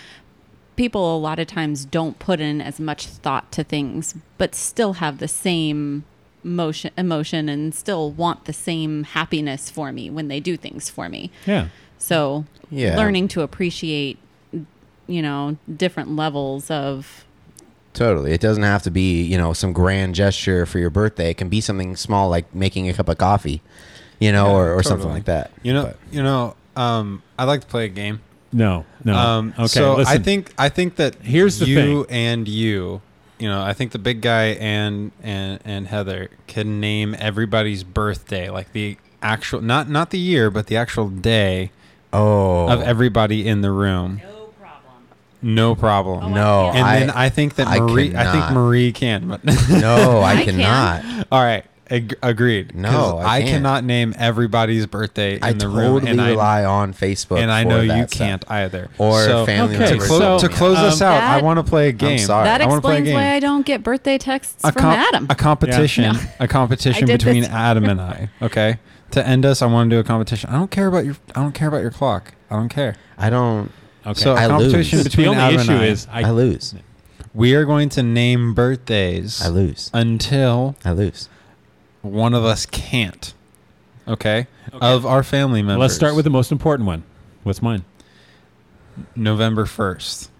D: People a lot of times don't put in as much thought to things, but still have the same motion, emotion and still want the same happiness for me when they do things for me.
B: Yeah.
D: So,
C: Yeah.
D: learning to appreciate, you know, different levels of
C: Totally. It doesn't have to be, you know, some grand gesture for your birthday. It can be something small like making a cup of coffee, you know, or, or something
E: totally.
C: like that.
E: You know,
C: But-
E: you know. Um, I like to play a game.
B: No. No.
E: Um,
B: Uh, okay.
E: So
B: listen,
E: I think I think that
B: Here's the
E: you
B: thing.
E: and you, you know, I think the big guy and and and Heather can name everybody's birthday, like the actual not not the year, but the actual day
C: oh,
E: of everybody in the room. No problem. No problem.
C: no.
E: And
C: Oh, I,
E: then Oh, I think that
C: I
E: Marie, I,
C: cannot.
E: think Marie can. But
C: no, I,
D: I can.
C: cannot.
E: all right, ag- agreed. 'Cause
C: No, I
E: I,
C: can't.
E: cannot name everybody's birthday in
C: I
E: the room,
C: totally
E: and I
C: rely on Facebook.
E: and I
C: for
E: know
C: that
E: you
C: stuff.
E: can't either.
C: Or family
B: Okay,
E: to,
B: members
E: clo-
B: telling
E: to
B: me
E: close
B: that.
E: us out, I
D: That-
E: want to play a game.
C: sorry.
D: That
E: I wanna play a
D: explains
E: game.
D: why I don't get birthday texts
E: a,
D: from
E: com-
D: Adam.
E: a competition,
D: Yeah. No.
E: a
D: I
E: competition
D: did
E: between
D: this.
E: Adam and I. Okay, to end us, I want to do a competition. I don't care about your, I don't care about your clock. I don't care.
C: I don't.
B: okay.
E: So a
C: I lose.
E: competition
C: It's
B: the
E: between
B: only
E: Adam
B: issue
E: and I.
B: is
C: I,
B: I,
C: lose.
E: we are going to name birthdays
C: I lose.
E: until
C: I lose.
E: one of us can't. Okay? of our family members.
B: let's start with the most important one. What's mine?
E: November first.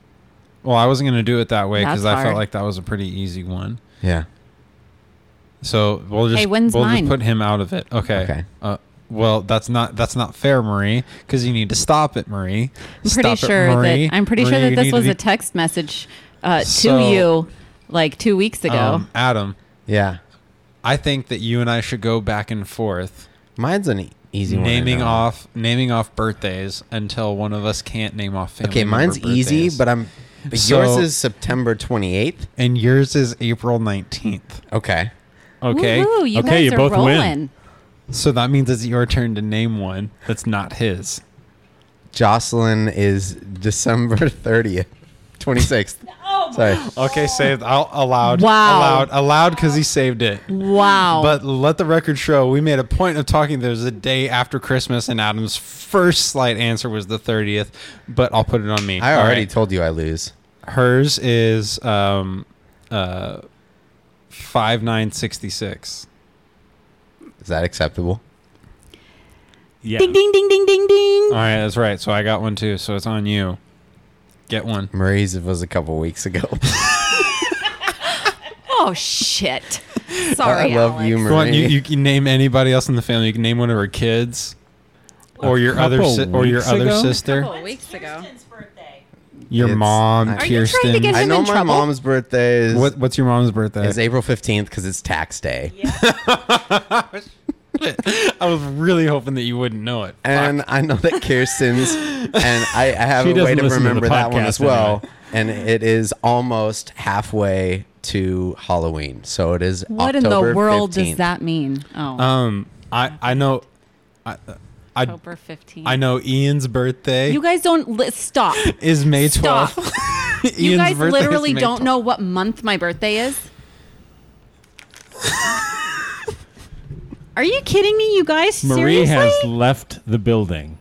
E: Well, I wasn't going to do it that way because
D: That's
E: I felt
D: hard.
E: like that was a pretty easy one.
C: Yeah.
E: So we'll just
D: Hey, when's
E: we'll
D: mine?
E: just put him out of it. Okay.
C: Okay.
E: Uh, well, that's not that's not fair, Marie. Because you need to stop it, Marie.
D: I'm pretty
E: Stop it,
D: sure
E: Marie.
D: that I'm pretty
E: Marie,
D: sure
E: you
D: that
E: need
D: this
E: to
D: was
E: be-
D: a text message uh,
E: So-
D: to you like two weeks ago.
E: Um, Adam,
C: Yeah.
E: I think that you and I should go back and forth
C: Mine's an e- easy one. I
E: naming
C: know.
E: off naming off birthdays until one of us can't name off. Family
C: Okay,
E: member
C: mine's easy,
E: birthdays.
C: but I'm. But
E: So-
C: yours is September 28th.
E: and yours is April nineteenth.
C: Okay.
E: Okay.
D: Woohoo, you
B: Okay,
D: guys
B: you
D: are
B: both win.
D: rolling.
E: So that means it's your turn to name one that's not his.
C: Jocelyn is December 30th, 26th. Sorry.
D: Oh.
E: Okay, saved. I'll allowed.
D: Wow.
E: Allowed. Allowed because he saved it.
D: Wow.
E: But let the record show we made a point of talking. There's a day after Christmas, and Adam's first slight answer was the 30th, but I'll put it on me.
C: I
E: All
C: already
E: right.
C: told you I lose.
E: Hers is um, uh, 5966.
C: Is that acceptable?
B: Yeah.
F: Ding ding ding ding ding ding.
E: All right, that's right. So I got one too. So it's on you. Get one.
C: Marie's was a couple weeks ago.
D: oh shit. Sorry,
C: I love you,
D: Alex.
E: Go on,
C: Marie.
E: you, you can name anybody else in the family. You can name one of her kids, or
B: A
E: your other,
B: couple
E: si- or your
B: weeks
E: other
B: ago?
E: sister,
D: couple weeks ago.
E: your
C: It's-
E: mom,
C: Are you
E: Kirsten.
C: trying
D: to get
C: I
D: him
C: know
D: in
C: my
D: trouble?
C: mom's birthday is,
E: What, what's your mom's birthday?
C: is April 15th because it's tax day.
E: I was really hoping that you wouldn't know it.
C: And I know that Kirsten's, and I, I have
B: She
C: a way
B: doesn't
C: to
B: listen to the
C: remember that one
B: podcast
C: as well.
B: anyway.
C: And it is almost halfway to Halloween. So it is
D: What
C: October
D: in the world
C: 15th.
D: does that mean? Oh,
E: Um, I I know, I I,
D: October 15th.
E: I know Ian's birthday
D: You guys don't li- stop.
E: is May
D: Stop.
E: twelfth.
D: you guys literally don't know what month my birthday is.
F: Are you kidding me, you guys?
B: Marie
F: Seriously?
B: has left the building.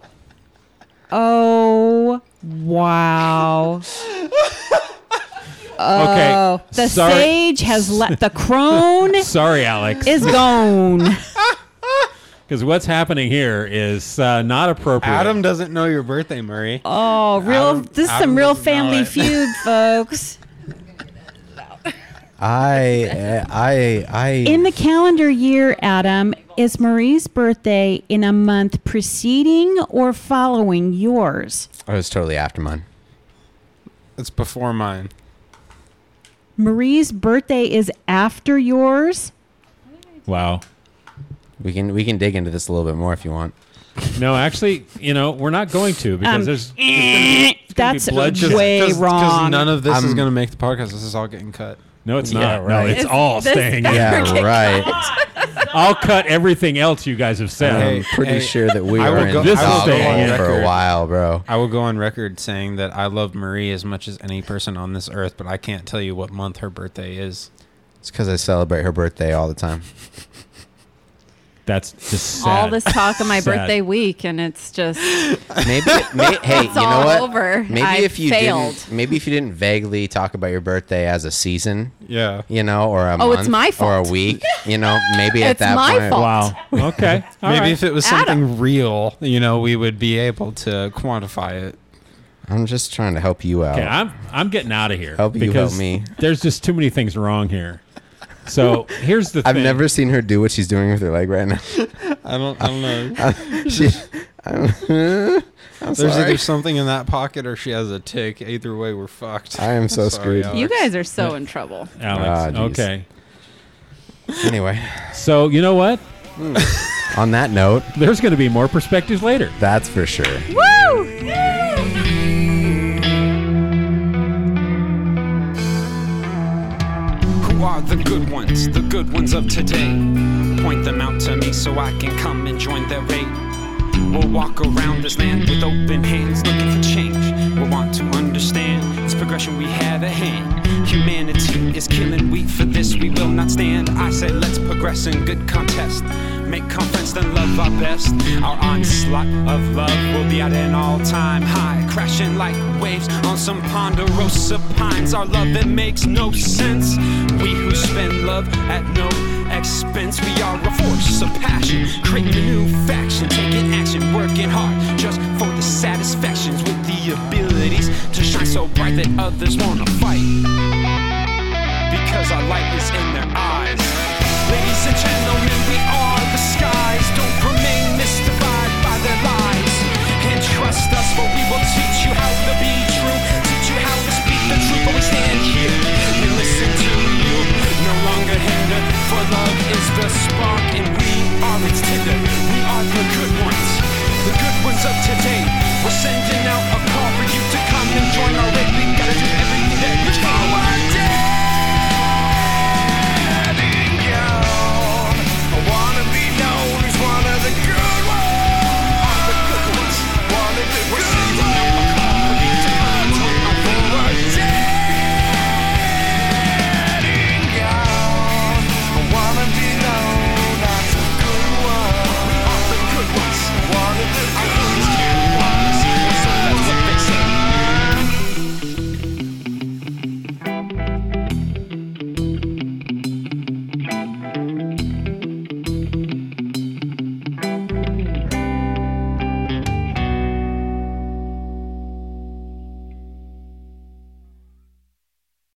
F: oh wow.
B: okay.
F: Oh, the
B: sorry,
F: sage has left. The crone
B: Sorry, Alex.
F: is gone.
B: Because what's happening here is uh, not appropriate.
E: Adam doesn't know your birthday, Murray.
F: Oh, real.
E: Adam-
F: this is
E: Adam
F: some real
E: doesn't know
F: family
E: it.
F: feud, folks.
C: I, uh, I, I.
F: In the calendar year, Adam, is Marie's birthday in a month preceding or following yours?
C: I was totally after mine.
E: It's before mine.
F: Marie's birthday is after yours.
B: Wow.
C: We can we can dig into this a little bit more if you want.
B: No, actually, you know, we're not going to because
F: Um,
B: there's
F: That's
B: bloodshed.
F: way
E: Because
F: wrong.
E: none of this is
C: I'm-
E: going to make the podcast. This is all getting cut.
B: no, it's
C: Yeah,
B: not.
C: right.
B: No, it's
D: Is
B: all
D: this
B: staying. in.
C: Yeah, right.
B: I'll cut everything else you guys have said. Um,
E: Hey,
C: I'm pretty
E: hey,
C: sure that we
E: I will
C: were in
E: go-
C: the
B: This is
C: dog
B: staying
C: hole
E: in.
C: for a while, bro.
E: I will go on record saying that I love Marie as much as any person on this earth, but I can't tell you what month her birthday is.
C: It's because I celebrate her birthday all the time.
B: That's just sad.
D: all this talk of my
B: Sad.
D: birthday week, and it's just
C: Maybe, may, hey, you
D: It's
C: know
D: all
C: what?
D: over.
C: Maybe
D: I
C: if you
D: failed.
C: didn't, maybe if you didn't vaguely talk about your birthday as a season,
E: Yeah.
C: you know, or a
D: Oh,
C: month,
D: it's my
C: or
D: fault.
C: a week, you know, maybe at
D: It's
C: that
D: my
C: point,
D: fault.
B: Wow. Okay. All
E: Maybe
B: right.
E: if it was
D: Adam.
E: something real, you know, we would be able to quantify it.
C: I'm just trying to help you out.
B: Okay, I'm I'm getting out of here.
C: Help you, help
B: because
C: me.
B: There's just too many things wrong here. So here's the
C: I've
B: thing.
C: never seen her do what she's doing with her leg right now.
E: I don't. I don't know.
C: she, I'm, I'm
E: There's
C: sorry.
E: either something in that pocket or she has a tick. Either way, we're fucked.
C: I am so
E: Sorry,
C: screwed.
E: Alex.
D: you guys are so in trouble.
B: Alex.
C: Ah, jeez.
B: okay.
C: Anyway,
B: So you know what?
C: on that note,
B: There's going to be more perspectives later.
C: that's for sure.
G: Who are the good ones, the good ones of today? Point them out to me so I can come and join their raid. We'll walk around this land with open hands looking for change. We'll want to understand this progression we have at hand. Humanity is killing, we for this we will not stand. I say let's progress in good contest. Make conference, then love our best. Our onslaught of love will be at an all time high, crashing like waves on some ponderosa pines. Our love, it makes no sense. We who spend love at no expense, we are a force of passion. Create a new faction, taking action, working hard just for the satisfactions with the abilities to shine so bright that others wanna fight because our light is in their eyes. Ladies and gentlemen, we are the skies. Don't remain mystified by their lies. And trust us, for we will teach you how to be